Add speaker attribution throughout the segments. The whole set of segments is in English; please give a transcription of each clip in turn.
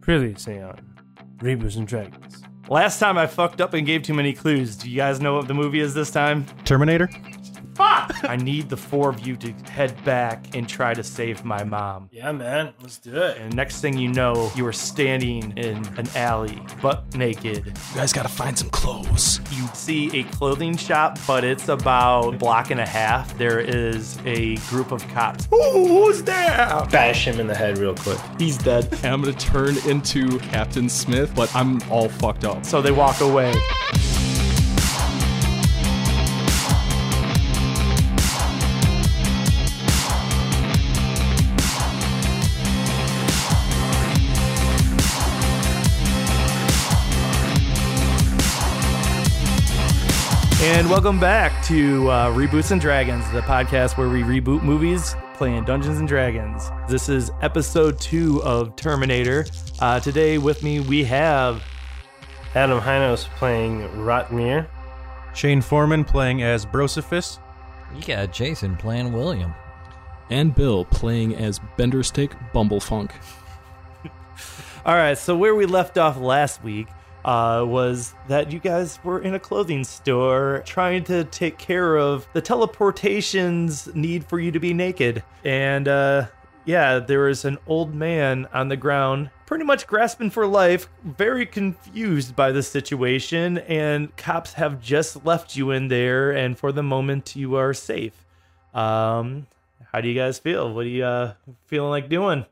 Speaker 1: Previously
Speaker 2: uh,
Speaker 1: on Rebus and Dragons.
Speaker 3: Last time I fucked up and gave too many clues. Do you guys know what the movie is this time?
Speaker 4: Terminator?
Speaker 3: I need the four of you to head back and try to save my mom.
Speaker 1: Yeah, man, let's do it.
Speaker 3: And next thing you know, you are standing in an alley, butt naked.
Speaker 4: You guys gotta find some clothes.
Speaker 3: You see a clothing shop, but it's about a block and a half. There is a group of cops.
Speaker 4: who's there?
Speaker 2: bash him in the head real quick.
Speaker 3: He's dead.
Speaker 4: I'm gonna turn into Captain Smith, but I'm all fucked up.
Speaker 3: So they walk away. And welcome back to uh, Reboots and Dragons, the podcast where we reboot movies playing Dungeons and Dragons. This is episode two of Terminator. Uh, today with me we have
Speaker 2: Adam Hynos playing Rotmir.
Speaker 4: Shane Foreman playing as Brosophus.
Speaker 5: You got Jason playing William.
Speaker 6: and Bill playing as Benderstick Bumblefunk.
Speaker 3: All right, so where we left off last week uh, was that you guys were in a clothing store trying to take care of the teleportation's need for you to be naked. And uh, yeah, there was an old man on the ground, pretty much grasping for life, very confused by the situation. And cops have just left you in there, and for the moment, you are safe. Um, how do you guys feel? What are you uh, feeling like doing?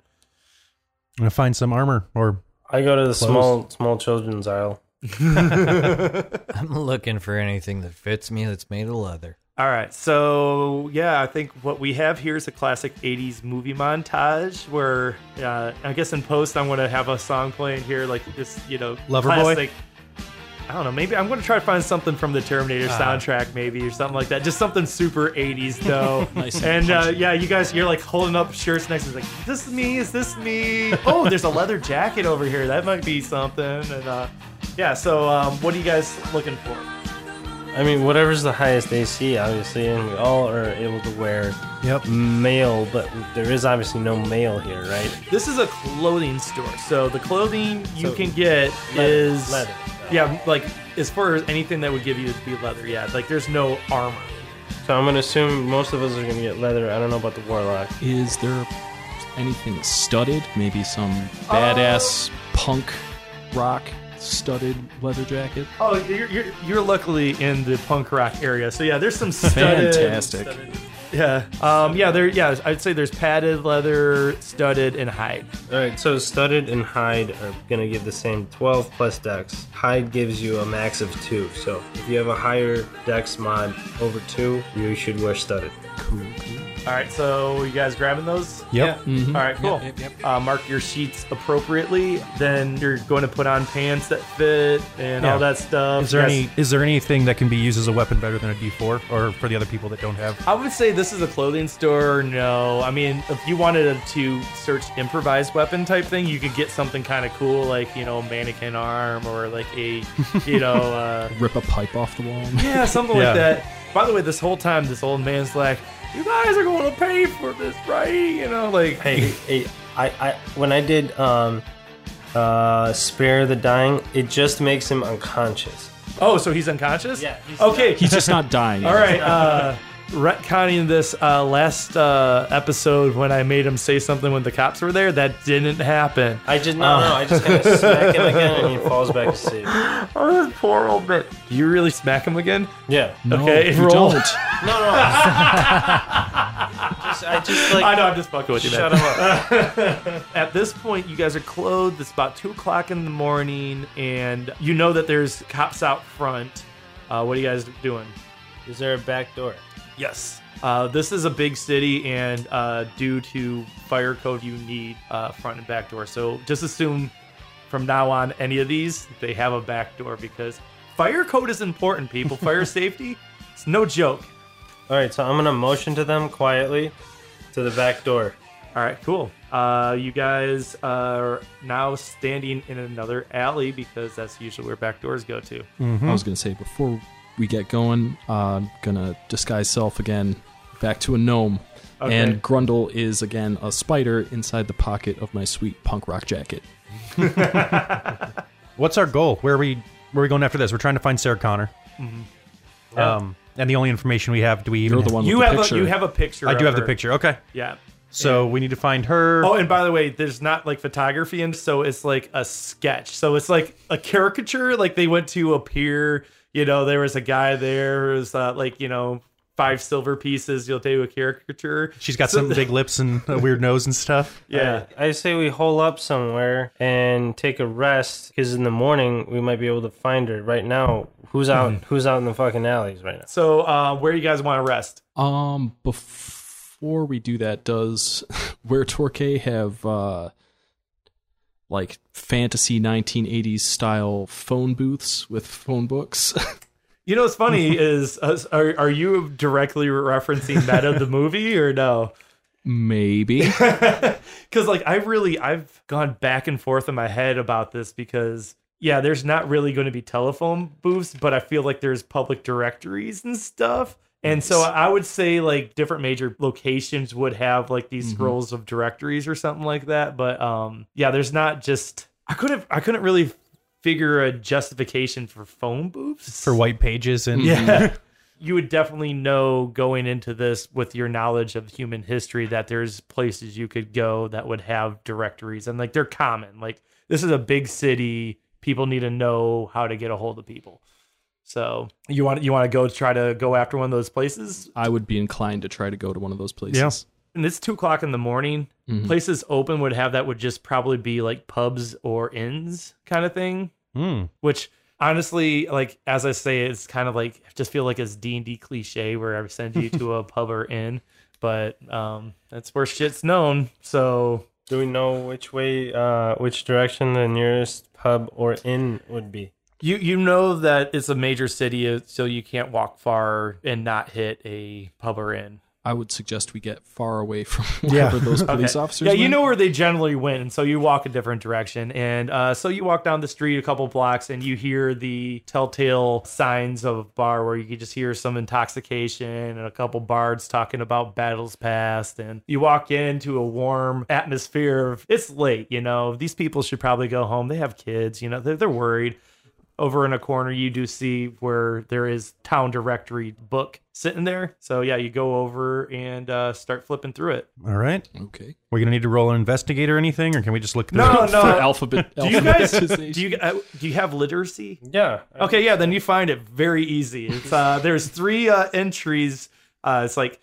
Speaker 4: I'm gonna find some armor or
Speaker 2: I go to the small small children's aisle.
Speaker 5: I'm looking for anything that fits me that's made of leather.
Speaker 3: All right, so yeah, I think what we have here is a classic '80s movie montage. Where uh, I guess in post, I'm gonna have a song playing here, like this, you know,
Speaker 4: Loverboy?
Speaker 3: classic- I don't know. Maybe I'm gonna try to find something from the Terminator
Speaker 6: Uh-huh.
Speaker 3: soundtrack, maybe or something like that. Just something super '80s though.
Speaker 6: Nice and
Speaker 3: And uh, yeah, you guys, you're like holding up shirts next to like, is this me? Is this me? Oh, there's a leather jacket over here. That might be something. And uh, yeah, so um, what are you guys looking for?
Speaker 2: I mean, whatever's the highest AC, obviously, and we all are able to wear
Speaker 4: Yep.
Speaker 2: male, but there is obviously no male here, right?
Speaker 3: This is a clothing store, so the clothing you
Speaker 2: So,
Speaker 3: can get
Speaker 2: leather-
Speaker 3: is
Speaker 2: leather.
Speaker 3: Yeah, like as far as anything that would give you to be leather, yeah. Like there's no armor.
Speaker 2: So I'm gonna assume most of us are gonna get leather. I don't know about the warlock.
Speaker 6: Is there anything studded? Maybe some
Speaker 3: Uh.
Speaker 6: badass punk rock studded leather jacket?
Speaker 3: Oh, you're, you're you're luckily in the punk rock area, so yeah. There's some studded,
Speaker 6: Fantastic.
Speaker 3: yeah, um, yeah. There, yeah. I'd say there's padded leather, studded, and hide.
Speaker 2: All right, so studded and hide are gonna give the same 12 plus dex. Hide gives you a max of two, so if you have a higher dex mod over two, you should wear studded.
Speaker 3: All right, so you guys grabbing those? Mm-hmm.
Speaker 4: Yep.
Speaker 6: Mhm.
Speaker 3: All right, cool.
Speaker 5: Yep, yep, yep.
Speaker 3: Uh, mark your sheets appropriately. Then you're going to put on pants that fit and
Speaker 4: Yeah.
Speaker 3: all that stuff.
Speaker 4: Is there
Speaker 3: Yes.
Speaker 4: any is there anything that can be used as a weapon better than a D4 or for the other people that don't have?
Speaker 3: I would say this is a clothing store. No, I mean, if you wanted a, to search improvised weapon type thing, you could get something kind of cool, like you know, mannequin arm or like a, you know, uh,
Speaker 6: Rip a pipe off the wall.
Speaker 3: yeah, something
Speaker 4: Yeah.
Speaker 3: like that. By the way, this whole time, this old man's like, "You guys are going to pay for this, right?" You know, like,
Speaker 2: Hey, hey, I, I, when I did um, uh, spare the dying, it just makes him unconscious.
Speaker 3: oh, so he's unconscious?
Speaker 2: Yeah, he's-
Speaker 3: okay.
Speaker 6: He's just not dying.
Speaker 3: All right. Uh, retconning this uh, last uh, episode when I made him say something when the cops were there, that didn't happen.
Speaker 2: I just no, no, I just kind of smack him again, and he falls back asleep.
Speaker 3: Oh, this poor old man. Do you really smack him again?
Speaker 2: Yeah, no,
Speaker 6: No,
Speaker 3: okay,
Speaker 6: you
Speaker 3: roll.
Speaker 6: don't.
Speaker 2: no, I just, I just like
Speaker 3: I know, I'm just fucking with you, man.
Speaker 2: shut him up.
Speaker 3: At this point, you guys are clothed. It's about 2 o'clock in the morning, and you know that there's cops out front. Uh, what are you guys doing?
Speaker 2: Is there a back door?
Speaker 3: Yes. Uh, this is a big city, and uh, due to fire code, you need uh, front and back door. So just assume from now on, any of these, they have a back door because fire code is important, people. Fire safety, it's no joke.
Speaker 2: All right, so I'm gonna motion to them quietly to the back door.
Speaker 3: All right, cool. Uh, you guys are now standing in another alley because that's usually where back doors go to. Hmm.
Speaker 6: I was gonna say before we get going, uh, I'm gonna disguise self again. back to a gnome.
Speaker 3: Okay.
Speaker 6: And Grundle is again a spider inside the pocket of my sweet punk rock jacket.
Speaker 4: What's our goal? Where are we where are we going after this? We're trying to find Sarah Connor.
Speaker 3: Mm-hmm.
Speaker 4: Um, and the only information we have, do we even?
Speaker 6: You're the one
Speaker 3: You
Speaker 6: with the
Speaker 3: have
Speaker 6: picture.
Speaker 3: a you have a picture.
Speaker 4: I do
Speaker 3: of
Speaker 4: have the
Speaker 3: her.
Speaker 4: picture. Okay,
Speaker 3: Yeah.
Speaker 4: so we need to find her.
Speaker 3: Oh, and by the way, there's not like photography, and so it's like a sketch. So it's like a caricature. Like they went to a pier. You know, there was a guy there who was uh, like you know five silver pieces. You'll do a caricature.
Speaker 4: She's got some big lips and a weird nose and stuff.
Speaker 3: Yeah.
Speaker 2: I say we hole up somewhere and take a rest because in the morning we might be able to find her. Right now, who's out? Who's out in the fucking alleys right now?
Speaker 3: So uh, where you guys want to rest?
Speaker 6: Um, before we do that, does where Torque have uh, like fantasy 1980s style phone booths with phone books?
Speaker 3: You know, what's funny is uh, are are you directly referencing that of the movie or no?
Speaker 6: Maybe.
Speaker 3: because like i really i've gone back and forth in my head about this because yeah there's not really going to be telephone booths but i feel like there's public directories and stuff and so i would say like different major locations would have like these scrolls of directories or something like that but um yeah there's not just i couldn't i couldn't really figure a justification for phone booths
Speaker 4: For white pages and
Speaker 3: yeah. You would definitely know going into this with your knowledge of human history that there's places you could go that would have directories and like they're common. Like this is a big city, people need to know how to get a hold of people. So you want you want to go try to go after one of those places,
Speaker 6: I would be inclined to try to go to one of those places.
Speaker 3: and it's two o'clock in the morning. Places open would have that would just probably be like pubs or inns kind of thing.
Speaker 4: Hmm.
Speaker 3: which honestly like as i say it's kind of like I just feel like it's d&d cliche where i send you to a pub or inn but um that's where shit's known so
Speaker 2: Do we know which way, uh, which direction the nearest pub or inn would be?
Speaker 3: you you know that it's a major city uh, so you can't walk far and not hit a pub or inn
Speaker 6: I would suggest we get far away from wherever those police officers
Speaker 3: yeah you
Speaker 6: went.
Speaker 3: know where they generally went and so you walk a different direction and uh, so you walk down the street a couple blocks and you hear the telltale signs of a bar where you can just hear some intoxication and a couple bards talking about battles past and you walk into a warm atmosphere of it's late you know these people should probably go home they have kids you know they're, they're worried over in a corner you do see where there is town directory book sitting there so yeah you go over and uh, start flipping through it
Speaker 4: All right.
Speaker 6: Okay.
Speaker 4: We're gonna need to roll an investigate or anything, or can we just look? through
Speaker 3: no
Speaker 4: it?
Speaker 3: no
Speaker 6: For alphabet.
Speaker 3: do you guys
Speaker 6: alphabetization.
Speaker 3: do you uh, do you have literacy?
Speaker 2: Yeah.
Speaker 3: Uh, Okay, yeah, then you find it very easy. It's uh, there's three uh, entries. Uh, it's like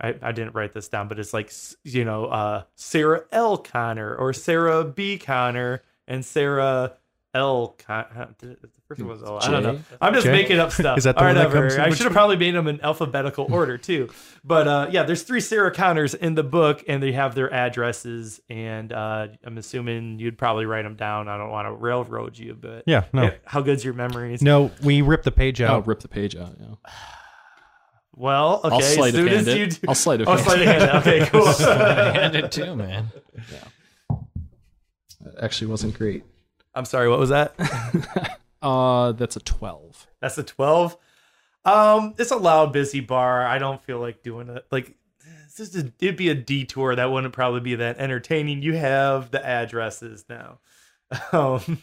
Speaker 3: I, I didn't write this down, but it's like s- you know uh, Sarah L Connor or Sarah B Connor and Sarah L Connor. The first one was L. I don't know.
Speaker 6: J?
Speaker 3: I'm just
Speaker 4: J?
Speaker 3: making up stuff.
Speaker 4: Is that the one that
Speaker 3: whatever.
Speaker 4: comes in
Speaker 3: I
Speaker 4: which-
Speaker 3: should have probably made them in alphabetical order too. But uh, yeah, there's three Sarah Connors in the book, and they have their addresses. And uh, I'm assuming you'd probably write them down. I don't want to railroad you, but
Speaker 4: Yeah. No.
Speaker 3: how good's your memories?
Speaker 4: No. We ripped the page
Speaker 6: I'll
Speaker 4: out.
Speaker 6: rip the page out. Yeah.
Speaker 3: Well, okay.
Speaker 6: I'll slide
Speaker 3: as soon
Speaker 6: of hand
Speaker 3: as
Speaker 6: it.
Speaker 3: you do,
Speaker 6: I'll slide of
Speaker 3: Oh,
Speaker 6: hand.
Speaker 3: sleight of hand. Okay, cool.
Speaker 5: Hand it to man.
Speaker 6: That actually wasn't great.
Speaker 3: I'm sorry. What was that?
Speaker 6: Uh, that's a 12.
Speaker 3: That's a 12. Um, it's a loud, busy bar. I don't feel like doing it. Like, it's just a, it'd be a detour that wouldn't probably be that entertaining. You have the addresses now. Um,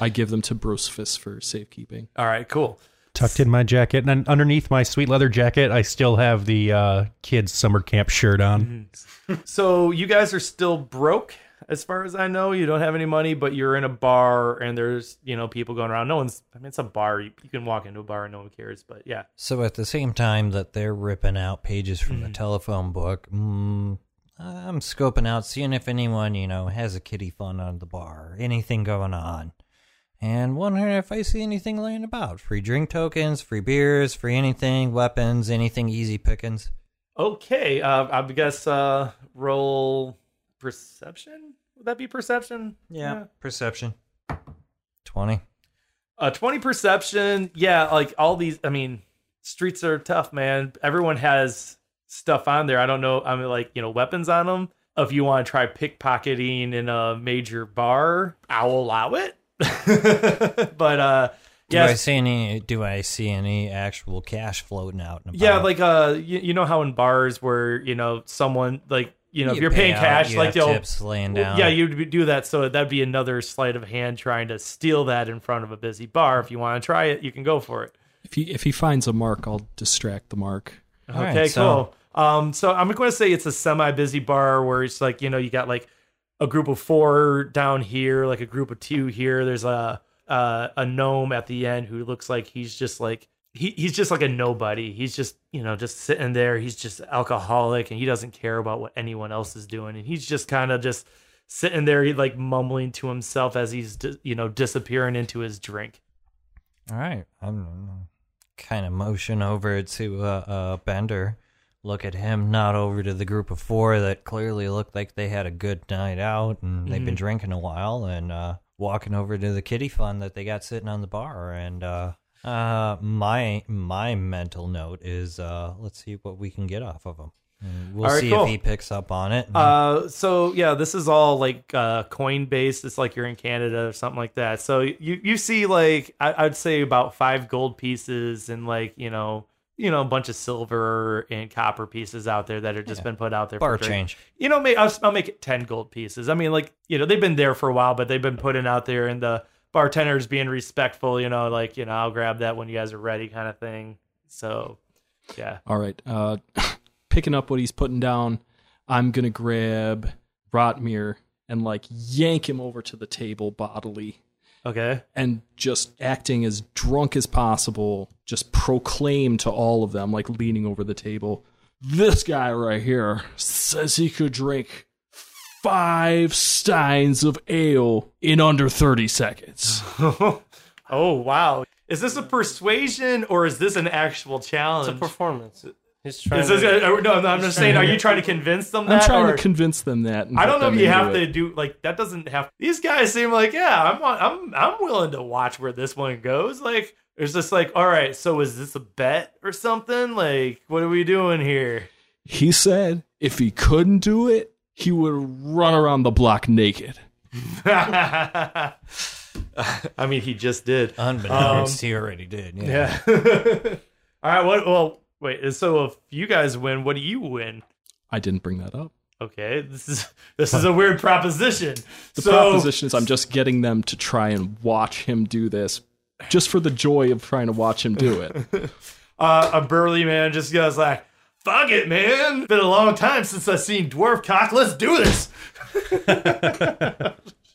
Speaker 6: I give them to Bruce Fist for safekeeping.
Speaker 3: all right, cool.
Speaker 4: Tucked in my jacket, and then underneath my sweet leather jacket, I still have the uh, kids' summer camp shirt
Speaker 3: Mm-hmm.
Speaker 4: on.
Speaker 3: So you guys are still broke, as far as I know. You don't have any money, but you're in a bar, and there's you know people going around. No one's. I mean, it's a bar. You, you can walk into a bar and no one cares. But yeah,
Speaker 5: So at the same time that they're ripping out pages from the telephone book, mm, I'm scoping out, seeing if anyone, you know, has a kitty fun on the bar, anything going on. And wondering if I see anything laying about. Free drink tokens, free beers, free anything, weapons, anything easy pickings.
Speaker 3: Okay, uh, I guess uh, roll perception. Would that be perception?
Speaker 5: Perception. 20.
Speaker 3: Uh, twenty perception. Yeah, like all these. I mean, streets are tough, man. Everyone has stuff on there. I don't know. I mean, like you know, weapons on them. If you want to try pickpocketing in a major bar, I'll allow it. but uh,
Speaker 5: Do I
Speaker 3: Yes.
Speaker 5: see any? Do I see any actual cash floating out? And
Speaker 3: Yeah,
Speaker 5: about?
Speaker 3: like uh, you, you know how in bars where you know someone like you know if you're
Speaker 5: pay
Speaker 3: paying
Speaker 5: out,
Speaker 3: cash,
Speaker 5: you
Speaker 3: like
Speaker 5: have
Speaker 3: they'll
Speaker 5: tips laying
Speaker 3: Well,
Speaker 5: down.
Speaker 3: Yeah, you'd be- do that. So that'd be another sleight of hand trying to steal that in front of a busy bar. If you want to try it, you can go for it.
Speaker 6: If he if he finds a mark, I'll distract the mark.
Speaker 5: All right,
Speaker 3: okay,
Speaker 5: so-
Speaker 3: cool. Um, so I'm going to say it's a semi-busy bar where it's like you know you got like a group of four down here, like a group of two here. There's a uh, a gnome at the end who looks like he's just like he, he's just like a nobody. He's just you know just sitting there. He's just alcoholic and he doesn't care about what anyone else is doing. And he's just kind of just sitting there, he like mumbling to himself as he's di- you know disappearing into his drink.
Speaker 5: All right. I'm kind of motion over to uh, uh, Bender. Look at him, not over to the group of four that clearly looked like they had a good night out and they've
Speaker 3: Mm-hmm.
Speaker 5: been drinking a while, and uh, walking over to the kitty fund that they got sitting on the bar. And uh, uh, my my mental note is uh, let's see what we can get off of him. And We'll
Speaker 3: All right,
Speaker 5: see
Speaker 3: cool.
Speaker 5: if he picks up on it.
Speaker 3: Uh, so yeah, this is all like uh, coin based. It's like you're in Canada or something like that. So you you see like I, I'd say about five gold pieces and like you know you know a bunch of silver and copper pieces out there that have just been put out there
Speaker 5: bar
Speaker 3: for drink.
Speaker 5: change.
Speaker 3: You know, may- I'll, I'll make it ten gold pieces. I mean, like you know they've been there for a while, but they've been putting out there and the bartender's being respectful. You know, like you know I'll grab that when you guys are ready, kind of thing. So yeah,
Speaker 6: All right. Uh, picking up what he's putting down, I'm gonna grab Rotmir and like yank him over to the table bodily,
Speaker 3: okay.
Speaker 6: and just acting as drunk as possible, just proclaim to all of them, like leaning over the table, this guy right here says he could drink five steins of ale in under 30 seconds.
Speaker 3: oh wow! Is this a persuasion or is this an actual
Speaker 1: It's a
Speaker 3: challenge?
Speaker 1: performance. He's trying
Speaker 3: Is this
Speaker 1: to.
Speaker 3: a- no, I'm just saying. Are you trying to convince them
Speaker 6: I'm
Speaker 3: that?
Speaker 6: trying
Speaker 3: or-
Speaker 6: to convince them that. and
Speaker 3: I
Speaker 6: help
Speaker 3: don't know if
Speaker 6: them
Speaker 3: you
Speaker 6: into
Speaker 3: have
Speaker 6: it.
Speaker 3: to do like that. Doesn't have these guys seem like yeah. I'm on, I'm I'm willing to watch where this one goes. Like it's just like all right. So is this a bet or something? Like what are we doing here?
Speaker 6: He said if he couldn't do it, he would run around the block naked.
Speaker 3: I mean, he just did.
Speaker 6: Uh,
Speaker 5: Unbeknownst, he already did. Yeah.
Speaker 3: Yeah. all right. What? Well, wait. So if you guys win, what do you win?
Speaker 6: I didn't bring that up.
Speaker 3: okay this is this is a weird proposition
Speaker 6: The
Speaker 3: so
Speaker 6: proposition is I'm just getting them to try and watch him do this just for the joy of trying to watch him do it.
Speaker 3: uh, a burly man just goes like fuck it man been a long time since i've seen dwarf cock let's do this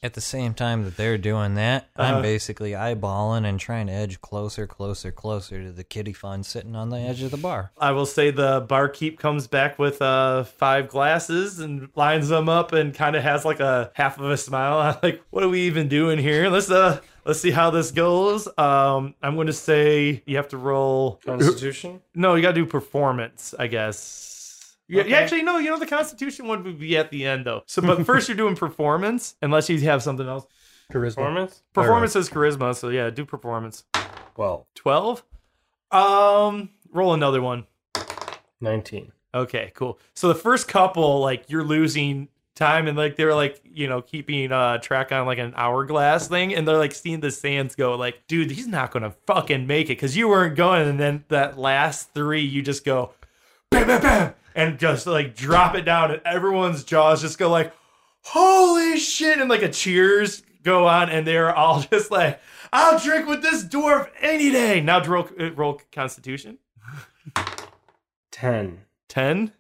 Speaker 5: At the same time that they're doing that, I'm basically eyeballing and trying to edge closer, closer, closer to the kitty fun sitting on the edge of the bar.
Speaker 3: i will say the barkeep comes back with uh five glasses and lines them up and kind of has like a half of a smile I'm like what are we even doing here let's uh let's see how this goes um i'm gonna say you have to roll
Speaker 2: Constitution?
Speaker 3: No, you gotta do performance, I guess. Yeah, yeah, actually, no, you know, the Constitution one would be at the end, though. So, but first you're doing performance, unless you have something else.
Speaker 2: Performance?
Speaker 3: Performance is charisma, so yeah, do performance.
Speaker 2: Well,
Speaker 3: 12? Um, roll another one.
Speaker 2: 19.
Speaker 3: Okay, cool. So the first couple, like you're losing time, and like they're like you know keeping uh track on like an hourglass thing, and they're like seeing the sands go. Like, dude, he's not gonna fucking make it because you weren't going. And then that last three, you just go, bam, bam, bam, and just like drop it down, and everyone's jaws just go like, holy shit, and like a cheers go on, and they're all just like, I'll drink with this dwarf any day. Now roll roll Constitution.
Speaker 2: 10.
Speaker 3: 10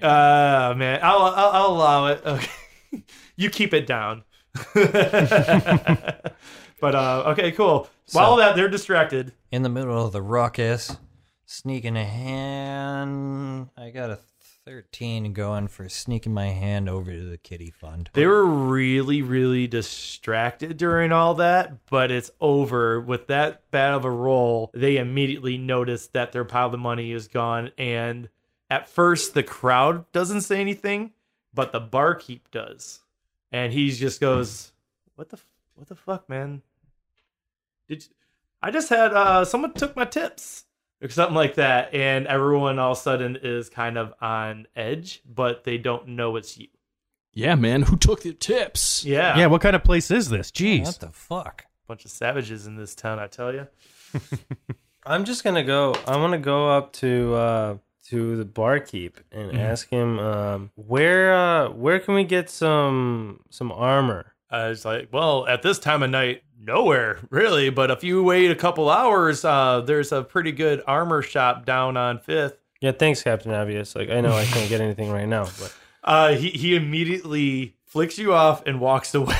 Speaker 3: uh man I'll, I'll i'll allow it okay you keep it down but uh okay cool while that they're distracted
Speaker 5: In the middle of the ruckus, sneaking a hand. I got a 13 going for sneaking my hand over to the kitty fund.
Speaker 3: they were really really distracted during all that but it's over with that bad of a roll they immediately notice that their pile of money is gone and at first the crowd doesn't say anything but the barkeep does and he just goes what the f- what the fuck man did you, i just had uh someone took my tips or something like that and everyone all of a sudden is kind of on edge but they don't know it's you
Speaker 6: Yeah, man, who took the tips?
Speaker 3: yeah
Speaker 4: Yeah, what kind of place is this? Jeez.
Speaker 5: What the fuck?
Speaker 3: Bunch of savages in this town, I tell you.
Speaker 2: I'm just gonna go. I want to go up to uh, to the barkeep and
Speaker 3: Mm-hmm.
Speaker 2: ask him um, where uh, where can we get some some armor.
Speaker 3: I was like, well, at this time of night, nowhere really. But if you wait a couple hours, uh, there's a pretty good armor shop down on Fifth.
Speaker 2: Yeah, thanks, Captain Obvious. Like I know I can't get anything right now, but
Speaker 3: Uh, he he immediately flicks you off and walks away.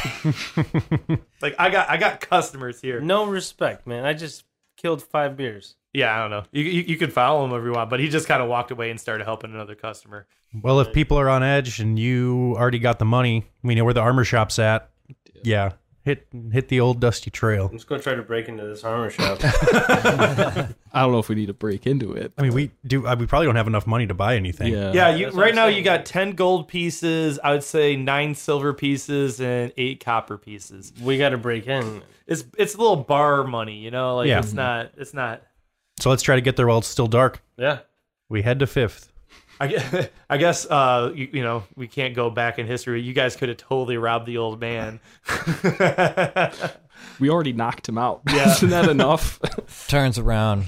Speaker 3: like I got I got customers here.
Speaker 2: no respect, man. I just killed five beers.
Speaker 3: Yeah, I don't know. You you, you could follow him if you want, but he just kind of walked away and started helping another customer.
Speaker 4: Well, if people are on edge and you already got the money, we know where the armor shop's at. Yeah, hit hit the old dusty trail.
Speaker 2: Let's go try to break into this armor shop.
Speaker 6: I don't know if we need to break into it.
Speaker 4: I mean, we do. uh, We probably don't have enough money to buy anything.
Speaker 6: Yeah.
Speaker 3: yeah, you,
Speaker 2: that's what
Speaker 3: right
Speaker 2: I'm
Speaker 3: now
Speaker 2: saying.
Speaker 3: you got ten gold pieces. I would say nine silver pieces and eight copper pieces.
Speaker 2: we got to break in.
Speaker 3: It's it's a little bar money, you know. Like
Speaker 4: Yeah.
Speaker 3: it's not it's not
Speaker 4: So let's try to get there while it's still dark.
Speaker 2: Yeah,
Speaker 4: We head to Fifth.
Speaker 3: I guess, I guess uh, you, you know we can't go back in history. You guys could have totally robbed the old man.
Speaker 6: We already knocked him out. Isn't that enough?
Speaker 5: Turns around.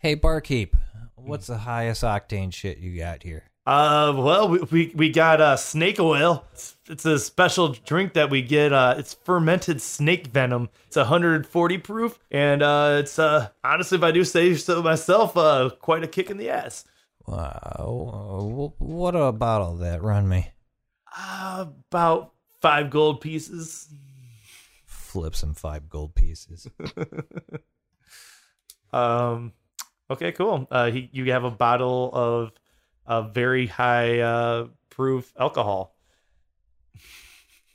Speaker 5: Hey, barkeep, what's the highest octane shit you got here?
Speaker 3: uh, well, we, we we got uh, snake oil. It's, it's a special drink that we get. Uh, it's fermented snake venom. It's 140 proof, and uh, it's uh, honestly, if I do say so myself, uh, quite a kick in the ass.
Speaker 5: Wow. What a bottle of that run me?
Speaker 3: Uh, about five gold pieces.
Speaker 5: Flip some five gold pieces.
Speaker 3: Um, okay, cool. Uh, he, you have a bottle of a very high uh, proof alcohol.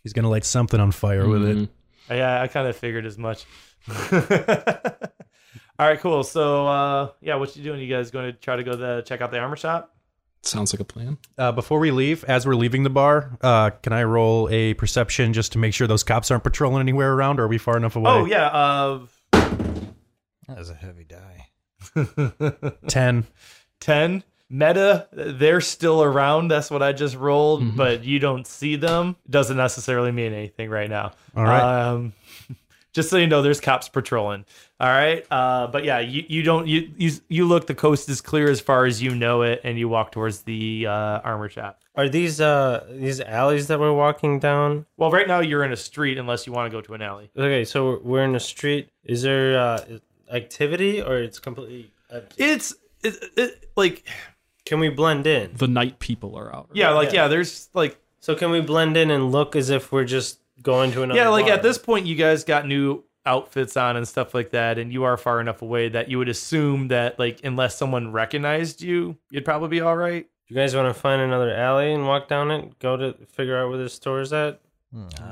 Speaker 4: He's gonna light something on fire with
Speaker 6: Mm-hmm.
Speaker 3: Mm-hmm.
Speaker 4: it.
Speaker 3: Yeah, I kind of figured as much. All right, cool. So, uh, yeah, what you doing? You guys going to try to go the check out the armor shop?
Speaker 6: Sounds like a plan.
Speaker 4: Uh, before we leave, as we're leaving the bar, uh, can I roll a perception just to make sure those cops aren't patrolling anywhere around? Or are we far enough away?
Speaker 3: Oh yeah, uh,
Speaker 5: That was a heavy die.
Speaker 4: ten.
Speaker 3: ten meta. They're still around. That's what I just rolled, but you don't see them. Doesn't necessarily mean anything right now.
Speaker 4: All right.
Speaker 3: Um, just so you know, there's cops patrolling. All right. Uh, but yeah, you, you don't you, you you look. The coast is clear as far as you know it, and you walk towards the uh, armor shop.
Speaker 2: are these uh these alleys that we're walking down?
Speaker 3: Well, right now you're in a street unless you want to go to an alley.
Speaker 2: Okay, so we're in a street. Is there uh, activity or it's completely? empty?
Speaker 3: It's it, it, like
Speaker 2: Can we blend in?
Speaker 6: The night people are out.
Speaker 3: yeah, like
Speaker 2: Yeah.
Speaker 3: yeah. There's like
Speaker 2: So can we blend in and look as if we're just going to another?
Speaker 3: yeah, like
Speaker 2: bar?
Speaker 3: at this point you guys got new outfits on and stuff like that, and you are far enough away that you would assume that like unless someone recognized you, you'd probably be all right.
Speaker 2: You guys want to find another alley and walk down it? Go to figure out where the store is at.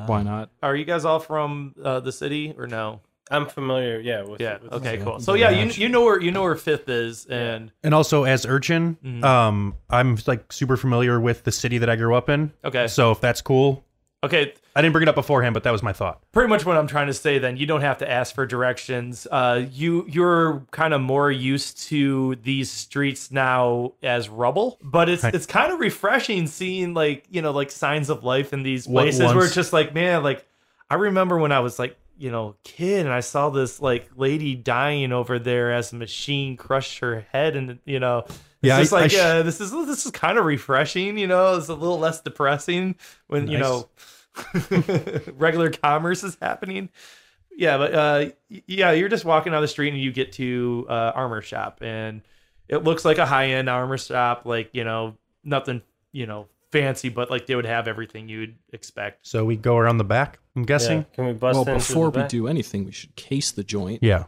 Speaker 6: Why not?
Speaker 3: Are you guys all from uh, the city or no?
Speaker 2: I'm familiar. Yeah. With,
Speaker 3: Yeah.
Speaker 2: with-
Speaker 3: Okay. Cool. So yeah, you you know where you know where fifth is, and
Speaker 4: And also, as urchin,
Speaker 3: Mm-hmm.
Speaker 4: um, I'm like super familiar with the city that I grew up in.
Speaker 3: Okay.
Speaker 4: So if that's cool,
Speaker 3: okay,
Speaker 4: I didn't bring it up beforehand, but that was my thought.
Speaker 3: pretty much what I'm trying to say. Then you don't have to ask for directions. Uh, you you're kind of more used to these streets now as rubble, but it's
Speaker 4: Right.
Speaker 3: it's kind of refreshing seeing like you know like signs of life in these
Speaker 4: What
Speaker 3: places where
Speaker 4: once-
Speaker 3: it's just like man, like I remember when I was like you know kid and I saw this like lady dying over there as a machine crushed her head and you know. It's
Speaker 4: Yeah, I-
Speaker 3: just
Speaker 4: I
Speaker 3: like
Speaker 4: sh-
Speaker 3: yeah, this is this is kind of refreshing, you know. It's a little less depressing when you
Speaker 4: Nice.
Speaker 3: know regular commerce is happening. Yeah, but uh, y- yeah, you're just walking down the street and you get to uh, armor shop, and it looks like a high end armor shop, like you know nothing, you know fancy, but like they would have everything you'd expect.
Speaker 4: So we go around the back. I'm
Speaker 2: yeah.
Speaker 4: guessing.
Speaker 2: Can we bust
Speaker 6: Well,
Speaker 2: in through
Speaker 6: before
Speaker 2: the
Speaker 6: we
Speaker 2: back?
Speaker 6: do anything, we should case the joint.
Speaker 4: Yeah.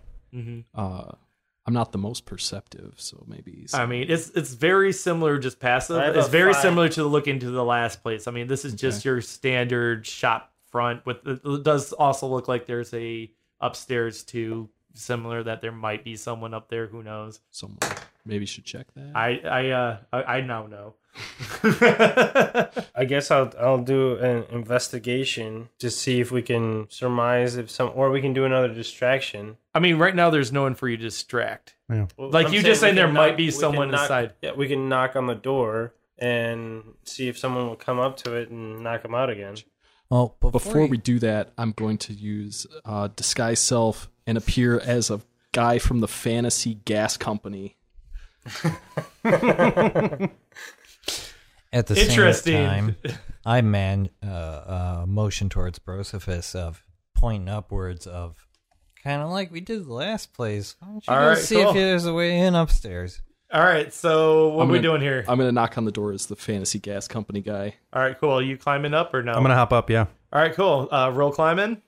Speaker 6: Uh, I'm not the most perceptive, so maybe.
Speaker 3: I mean, it's it's very similar, just passive.
Speaker 2: I have
Speaker 3: It's
Speaker 2: a
Speaker 3: very
Speaker 2: five.
Speaker 3: similar to the look into the last place. I mean, this is just your standard shop front. With it does also look like there's a upstairs too, similar that there might be someone up there. Who knows?
Speaker 6: someone maybe should check that.
Speaker 3: I I uh I, I now know.
Speaker 2: I guess I'll I'll do an investigation to see if we can surmise if some, or we can do another distraction.
Speaker 3: I mean, right now there's no one for you to distract. Like
Speaker 2: I'm
Speaker 3: you just
Speaker 2: saying we
Speaker 3: saying there
Speaker 2: can
Speaker 3: might
Speaker 2: knock-
Speaker 3: be
Speaker 2: we can
Speaker 3: someone
Speaker 2: knock-
Speaker 3: inside.
Speaker 2: Yeah, we can knock on the door and see if someone will come up to it and knock them out again.
Speaker 5: Well, before,
Speaker 6: Before
Speaker 5: you-
Speaker 6: we do that, I'm going to use uh, disguise self and appear as a guy from the fantasy gas company.
Speaker 5: at the same
Speaker 3: Interesting.
Speaker 5: time, I man uh, uh, motion towards Brosophus of pointing upwards of kind of like we did the last place. Why don't you
Speaker 3: All
Speaker 5: go
Speaker 3: right,
Speaker 5: see
Speaker 3: cool.
Speaker 5: if there's a way in upstairs?
Speaker 3: All right, so what
Speaker 6: I'm
Speaker 3: are we
Speaker 6: gonna-
Speaker 3: doing here?
Speaker 6: I'm going to knock on the door as the fantasy gas company guy.
Speaker 3: All right, cool. Are you climbing up or no?
Speaker 4: I'm gonna hop up. Yeah.
Speaker 3: All right, cool. Uh, roll climbing,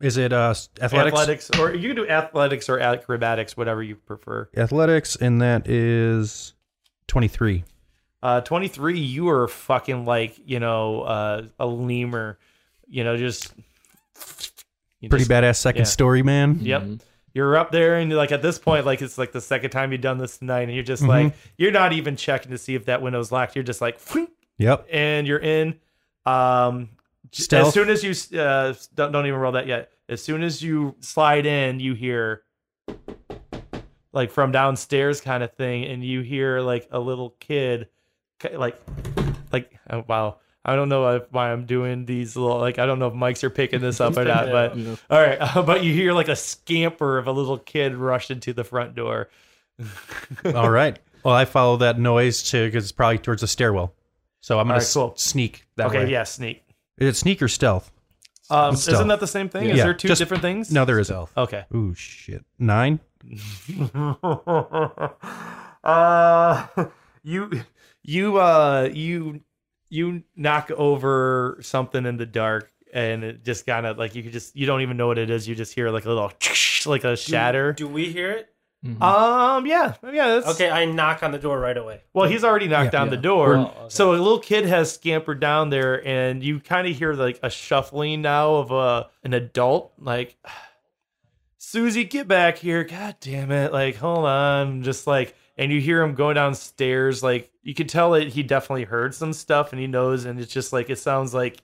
Speaker 4: Is it uh athletics?
Speaker 3: athletics, or you can do athletics or acrobatics, whatever you prefer.
Speaker 4: Athletics, and that is twenty three.
Speaker 3: Uh, 23, you are fucking like, you know, uh, a lemur, you know, just you
Speaker 4: Pretty
Speaker 3: just-
Speaker 4: badass second
Speaker 3: yeah.
Speaker 4: story, man.
Speaker 3: Yep.
Speaker 6: Mm-hmm.
Speaker 3: You're up there, and you're like, at this point, like, it's like the second time you've done this tonight, and you're just like, you're not even checking to see if that window's locked. You're just like,
Speaker 4: Yep.
Speaker 3: and you're in. Um, j-
Speaker 4: Stealth.
Speaker 3: As soon as you uh, don't, don't even roll that yet. As soon as you slide in, you hear like from downstairs kind of thing, and you hear like a little kid, ki- like, like oh, wow. I don't know if- why I'm doing these little like I don't know if mics are picking this up or not, but
Speaker 6: Yeah. Mm-hmm.
Speaker 3: all right. but you hear like a scamper of a little kid rush into the front door.
Speaker 4: All right. Well, I follow that noise to because it's probably towards the stairwell. So I'm gonna
Speaker 3: All right,
Speaker 4: s-
Speaker 3: cool.
Speaker 4: sneak that
Speaker 3: okay,
Speaker 4: way.
Speaker 3: yeah, sneak.
Speaker 4: Is it sneak or stealth?
Speaker 3: Um,
Speaker 4: Stealth.
Speaker 3: isn't that the same thing? Is
Speaker 4: Yeah,
Speaker 3: there two
Speaker 4: just-
Speaker 3: different things?
Speaker 4: No, there isn't.
Speaker 5: Stealth.
Speaker 3: Okay.
Speaker 4: Ooh shit. Nine.
Speaker 3: uh, you you uh you you knock over something in the dark and it just kind of like you could just you don't even know what it is you just hear like a little like a shatter
Speaker 2: Do we hear it?
Speaker 3: um yeah yeah that's,
Speaker 2: Okay, I knock on the door right away.
Speaker 3: well he's already knocked down the
Speaker 6: yeah.
Speaker 3: door
Speaker 2: Oh, okay.
Speaker 3: so a little kid has scampered down there and you kind of hear like a shuffling now of a an adult like Susie, get back here. God damn it. Like, hold on. Just like, and you hear him go downstairs. Like, you can tell that he definitely heard some stuff and he knows. And it's just like, it sounds like.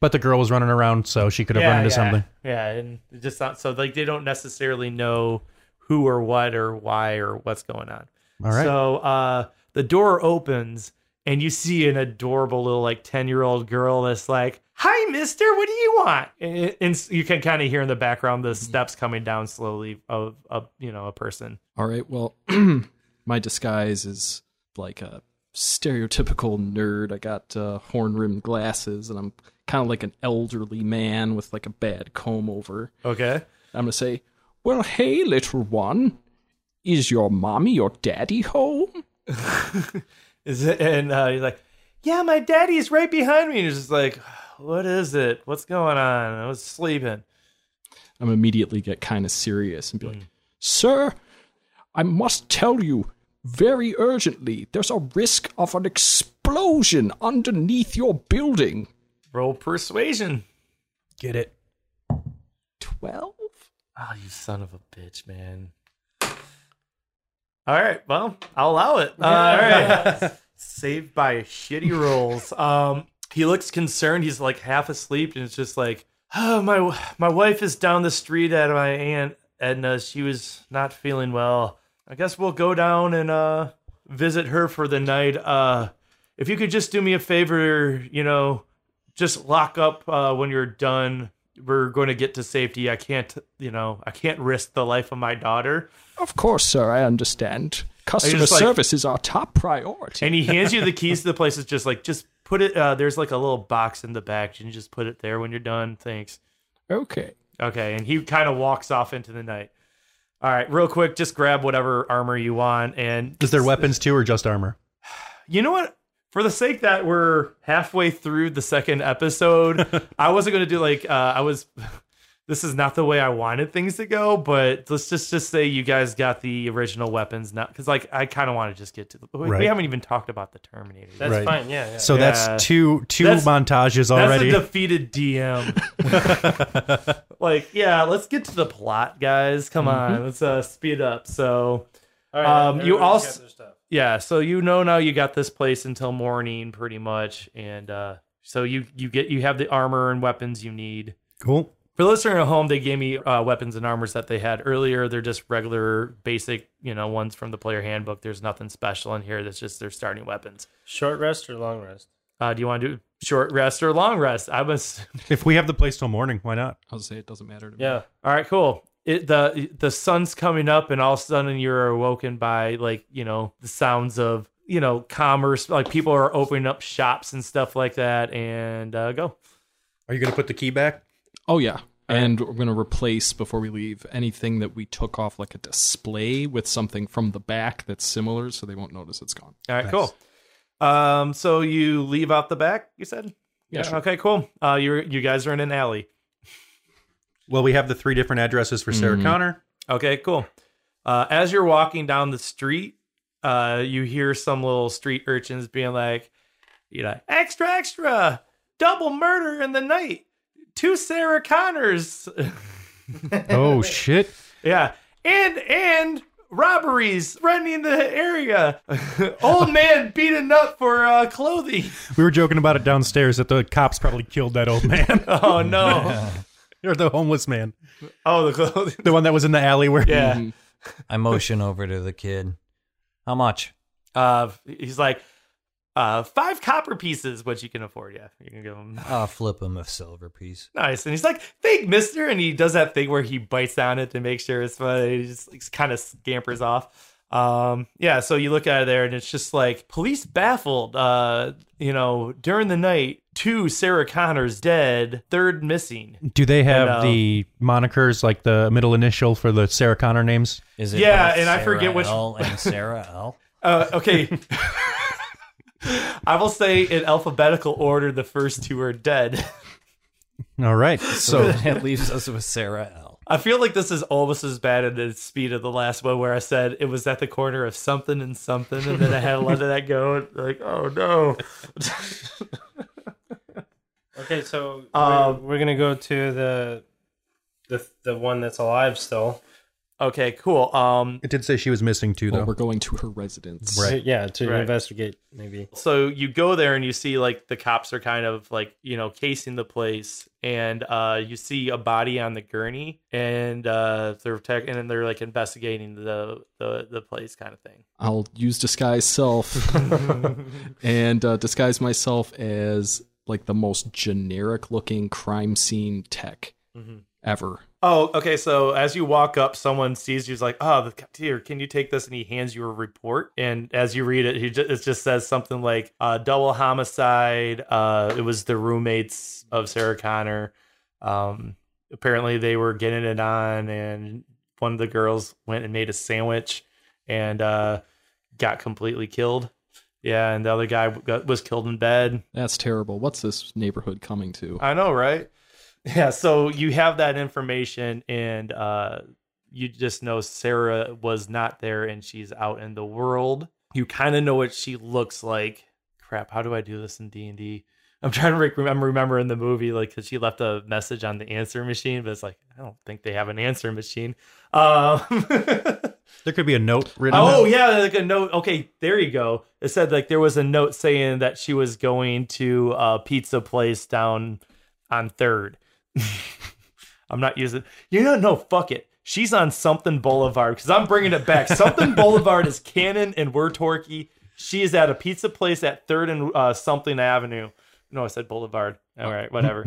Speaker 4: But the girl was running around, so she could have run into something.
Speaker 3: Yeah. And it just not, so like, they don't necessarily know who or what or why or what's going on.
Speaker 4: All right.
Speaker 3: So uh, the door opens and you see an adorable little like 10 year old girl that's like, Hi, mister, what do you want? And, and you can kind of hear in the background
Speaker 4: Mm-hmm.
Speaker 3: the steps coming down slowly of a, you know, a person.
Speaker 6: All right. Well, my disguise is like a stereotypical nerd. I got uh, horn rimmed glasses, and I'm kind of like an elderly man with like a bad comb over.
Speaker 3: Okay.
Speaker 6: I'm gonna say, "Well, hey, little one, is your mommy or daddy home?"
Speaker 3: Is it, and uh, he's like, Yeah, my daddy's right behind me. And he's just like, What is it? What's going on? I was sleeping.
Speaker 6: I'm gonna immediately get kind of serious and be like, "Sir, I must tell you." Very urgently, there's a risk of an explosion underneath your building.
Speaker 3: Roll persuasion.
Speaker 4: Get it.
Speaker 6: 12?
Speaker 3: Oh, you son of a bitch, man. All right, well, I'll allow it. Uh, all right. Saved by shitty rolls. Um, he looks concerned. He's like half asleep, and it's just like, oh, my my wife is down the street at my aunt Edna's. She was not feeling well. I guess we'll go down and uh visit her for the night. Uh, if you could just do me a favor, you know, just lock up uh, when you're done. We're going to get to safety. I can't, you know, I can't risk the life of my daughter.
Speaker 6: Of course, sir, I understand. Customer
Speaker 3: just like-
Speaker 6: service is our top priority.
Speaker 3: And he hands you the keys to the place. It's just like, just put it. Uh, there's like a little box in the back. You can just put it there when you're done. Thanks.
Speaker 6: Okay.
Speaker 3: Okay. And he kind of walks off into the night. All right, real quick, just grab whatever armor you want. And
Speaker 4: Is there weapons too, or just armor?
Speaker 3: you know what? For the sake that we're halfway through the second episode, I wasn't going to do like, uh, I was. This is not the way I wanted things to go, but let's just just say you guys got the original weapons now, because like I kind of want to just get to the. We, we
Speaker 4: Right.
Speaker 3: haven't even talked about the Terminator. yet.
Speaker 2: That's
Speaker 4: Right.
Speaker 2: fine. Yeah, yeah.
Speaker 4: So
Speaker 3: Yeah.
Speaker 4: that's two two
Speaker 3: That's-
Speaker 4: montages
Speaker 3: That's
Speaker 4: already.
Speaker 3: a defeated DM. like, yeah, let's get to the plot, guys. Come
Speaker 4: Mm-hmm.
Speaker 3: on, let's uh, speed up. So,
Speaker 2: All
Speaker 3: Um, you
Speaker 2: everybody's
Speaker 3: also-
Speaker 2: got their stuff.
Speaker 3: yeah, so you know now you got this place until morning, pretty much, and uh, so you you get you have the armor and weapons you need.
Speaker 4: cool.
Speaker 3: For the listener at home, they gave me uh, weapons and armors that they had earlier. They're just regular, basic, you know, ones from the player handbook. There's nothing special in here. That's just their starting weapons.
Speaker 2: Short rest or long rest?
Speaker 3: Uh, do you want to do short rest or long rest? I was
Speaker 4: If we have the place till morning, why not?
Speaker 6: I'll say it doesn't matter to me.
Speaker 1: Yeah.
Speaker 3: all right, cool. It, the the sun's coming up, and all of a sudden you're awoken by like you know the sounds of you know commerce, like people are opening up shops and stuff like that. And uh, go.
Speaker 4: Are you going to put the key back?
Speaker 6: Oh yeah. And we're gonna replace before we leave anything that we took off like a display with something from the back that's similar, so they won't notice it's gone.
Speaker 3: All right, cool. Um, so you leave out the back. You said,
Speaker 6: Yeah, sure.
Speaker 3: Okay, cool. Uh, you you guys are in an alley.
Speaker 4: Well, we have the three different addresses for Sarah Connor.
Speaker 3: Okay, cool. Uh, as you're walking down the street, uh, you hear some little street urchins being like, "You know, extra, extra, double murder in the night, two Sarah Connors,
Speaker 4: oh shit!
Speaker 3: yeah, and and robberies running the area, old man beaten up for uh, clothing."
Speaker 4: We were joking about it downstairs that the cops probably killed that old man
Speaker 3: Oh no!
Speaker 4: or the homeless man,
Speaker 3: oh, the clothing.
Speaker 4: the one that was in the alley where.
Speaker 3: Yeah.
Speaker 5: I motion over to the kid. How much?
Speaker 3: Uh, he's like, uh, five copper pieces, which you can afford. Yeah, you can give him
Speaker 5: I'll flip him a silver piece.
Speaker 3: nice. And he's like, "Fake Mister," and he does that thing where he bites down it to make sure it's funny. He just like, kind of scampers off. Um, yeah. So you look at it there, and it's just like police baffled. Uh, you know, during the night, two Sarah Connors dead, third missing.
Speaker 4: Do they have
Speaker 3: And, uh,
Speaker 4: the monikers like the middle initial for the Sarah Connor names?
Speaker 5: Is it
Speaker 3: Yeah,
Speaker 5: both
Speaker 3: and I
Speaker 5: Sarah
Speaker 3: forget which-
Speaker 5: L and Sarah L.
Speaker 3: Uh, okay. I will say in alphabetical order, the first two are dead.
Speaker 4: All right. So
Speaker 5: that leaves us with Sarah L.
Speaker 3: I feel like this is almost as bad in the speed of the last one where I said it was at the corner of something and something, and then I had a lot of that go. Like, oh no.
Speaker 2: Okay, so
Speaker 3: Um,
Speaker 2: we're, we're gonna go to the the the one that's alive still.
Speaker 3: Okay, cool. Um,
Speaker 4: it did say she was missing too,
Speaker 6: Well,
Speaker 4: though.
Speaker 6: we're going to her residence.
Speaker 4: Right.
Speaker 2: Yeah, to
Speaker 3: Right.
Speaker 2: investigate maybe.
Speaker 3: so you go there and you see like the cops are kind of like you know casing the place, and uh, you see a body on the gurney, and uh, they're tech- and then they're like investigating the the the place kind of thing.
Speaker 6: I'll use disguise self and uh, disguise myself as like the most generic looking crime scene tech ever.
Speaker 3: Oh, okay. So as you walk up, someone sees you. He's like, "Oh, the, here, can you take this?" And he hands you a report. And as you read it, he ju- it just says something like, uh, "Double homicide. Uh, it was the roommates of Sarah Connor. Um, apparently, they were getting it on, and one of the girls went and made a sandwich, and uh, got completely killed. Yeah, and the other guy got, was killed in bed.
Speaker 6: That's terrible. What's this neighborhood coming to?
Speaker 3: I know, right? Yeah, so you have that information and uh you just know Sarah was not there and she's out in the world. You kind of know what she looks like. Crap, how do I do this in D&D? I'm trying to rec- remember remember in the movie like cuz she left a message on the answer machine, but it's like I don't think they have an answer machine. Um
Speaker 4: There could be a note written.
Speaker 3: Oh
Speaker 4: out.
Speaker 3: yeah, like a note. Okay, there you go. It said like there was a note saying that she was going to a pizza place down on Third. I'm not using. You know, no, fuck it. She's on something Boulevard because I'm bringing it back. Something Boulevard is canon, and we're Torquay. She is at a pizza place at Third and uh, something Avenue. No, I said Boulevard. All right, whatever.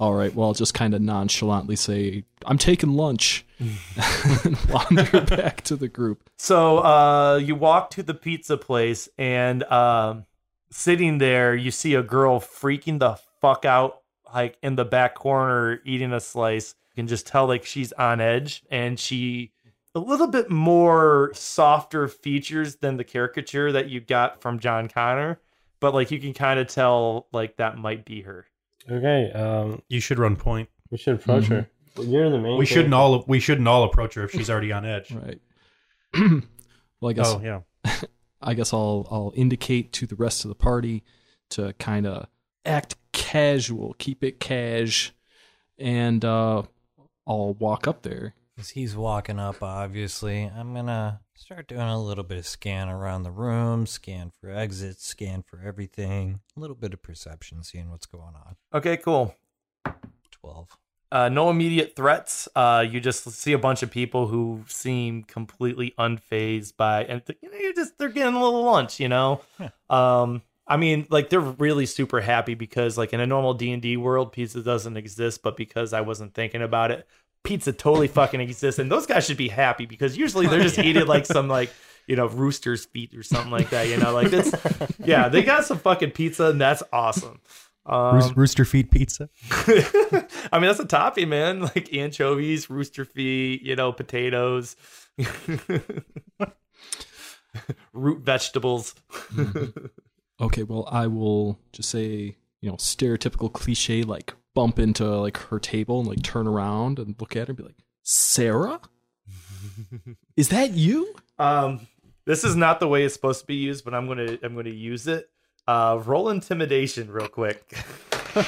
Speaker 6: All right. Well, I'll just kind of nonchalantly say, I'm taking lunch and wander back to the group.
Speaker 3: So uh, you walk to the pizza place, and um, sitting there, you see a girl freaking the fuck out, like in the back corner eating a slice. You can just tell like she's on edge, and she a little bit more softer features than the caricature that you got from John Connor. But like you can kind of tell like that might be her.
Speaker 2: Okay, um,
Speaker 4: You should run point.
Speaker 2: we should approach her. You're the main.
Speaker 4: We shouldn't all we shouldn't all approach her if she's already on edge.
Speaker 6: Right. well, I guess
Speaker 4: Oh yeah.
Speaker 6: I guess I'll I'll indicate to the rest of the party to kind of act casual, keep it cash, and uh, I'll walk up there.
Speaker 5: As he's walking up, obviously, I'm gonna start doing a little bit of scan around the room, scan for exits, scan for everything, a little bit of perception, seeing what's going on.
Speaker 3: Okay, cool.
Speaker 5: Twelve.
Speaker 3: Uh, no immediate threats. Uh, you just see a bunch of people who seem completely unfazed by, and th- you know, you're just they're getting a little lunch, you know. Um, I mean, like they're really super happy because like in a normal D and D world, pizza doesn't exist. But because I wasn't thinking about it, pizza totally fucking exists, and those guys should be happy because usually they're just eating like some like you know rooster's feet or something like that. You know, like that's yeah, they got some fucking pizza, and that's awesome. Um,
Speaker 4: Roos- Rooster feet pizza.
Speaker 3: I mean, that's a topping, man. Like anchovies, rooster feet, you know, potatoes, root vegetables.
Speaker 6: Okay, well, I will just say, you know, stereotypical cliche, like bump into like her table and like turn around and look at her and be like, Sarah? Is that you?
Speaker 3: Um, this is not the way it's supposed to be used, but I'm gonna I'm gonna use it. Uh, roll intimidation real quick.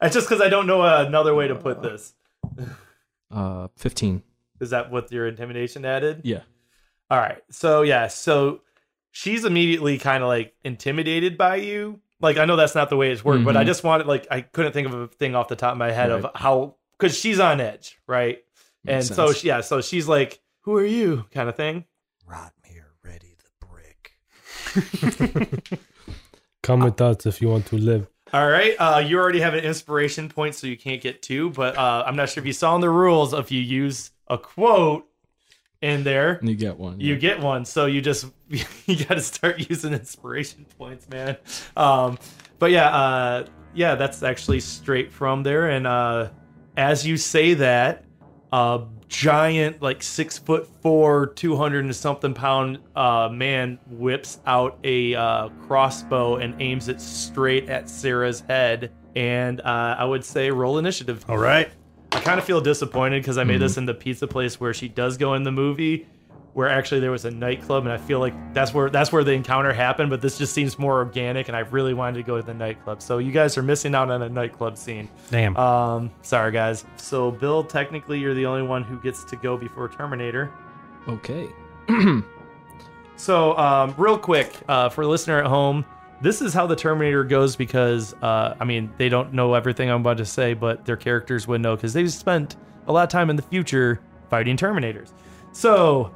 Speaker 3: That's just because I don't know another way to put this.
Speaker 6: Uh, 15.
Speaker 3: Is that what your intimidation added?
Speaker 6: Yeah.
Speaker 3: All right. So yeah, so she's immediately kind of like intimidated by you. Like I know that's not the way it's worked, but I
Speaker 6: Mhm.
Speaker 3: just wanted like I couldn't think of a thing off the top of my head of
Speaker 6: Right.
Speaker 3: how because she's on edge, right? and
Speaker 6: Makes
Speaker 3: so
Speaker 6: sense.
Speaker 3: she, yeah, so she's like, "Who are you?" kind of thing.
Speaker 5: Rotmere, ready the brick.
Speaker 1: Come with us if you want to live.
Speaker 3: All right, uh, you already have an inspiration point, so you can't get two. But uh, I'm not sure if you saw in the rules if you use a quote in there,
Speaker 6: And you get one.
Speaker 3: you get one. So you just you got to start using inspiration points, man. Um, but yeah, uh, yeah, that's actually straight from there. And uh, as you say that, a giant, like six foot four, two hundred and something pound uh, man whips out a uh, crossbow and aims it straight at Sarah's head. And uh, I would say roll initiative.
Speaker 1: All right.
Speaker 3: I kind of feel disappointed because I made this in the pizza place where she does go in the movie, where actually there was a nightclub, and I feel like that's where that's where the encounter happened. But this just seems more organic, and I really wanted to go to the nightclub. So you guys are missing out on a nightclub scene.
Speaker 4: Damn.
Speaker 3: Um, sorry guys. So Bill, technically you're the only one who gets to go before Terminator.
Speaker 6: Okay.
Speaker 3: So, um, real quick, uh, for the listener at home, this is how the Terminator goes because, uh, I mean, they don't know everything I'm about to say, but their characters would know because they've spent a lot of time in the future fighting Terminators. So,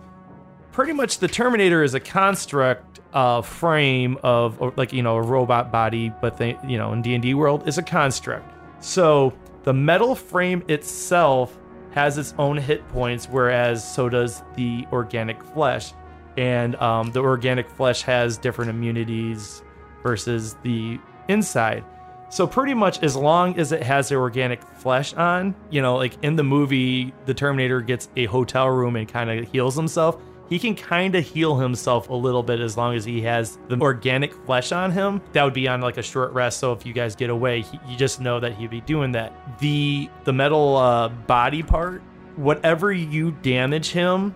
Speaker 3: pretty much the Terminator is a construct uh, frame of or like you know a robot body, but they, you know in D and D world is a construct. So the metal frame itself has its own hit points, whereas so does the organic flesh, and um, the organic flesh has different immunities versus the inside. So pretty much as long as it has the organic flesh on, you know, like in the movie, the Terminator gets a hotel room and kind of heals himself. He can kind of heal himself a little bit as long as he has the organic flesh on him. That would be on like a short rest. So if you guys get away, he, you just know that he'd be doing that. The the metal uh, body part, whatever you damage him,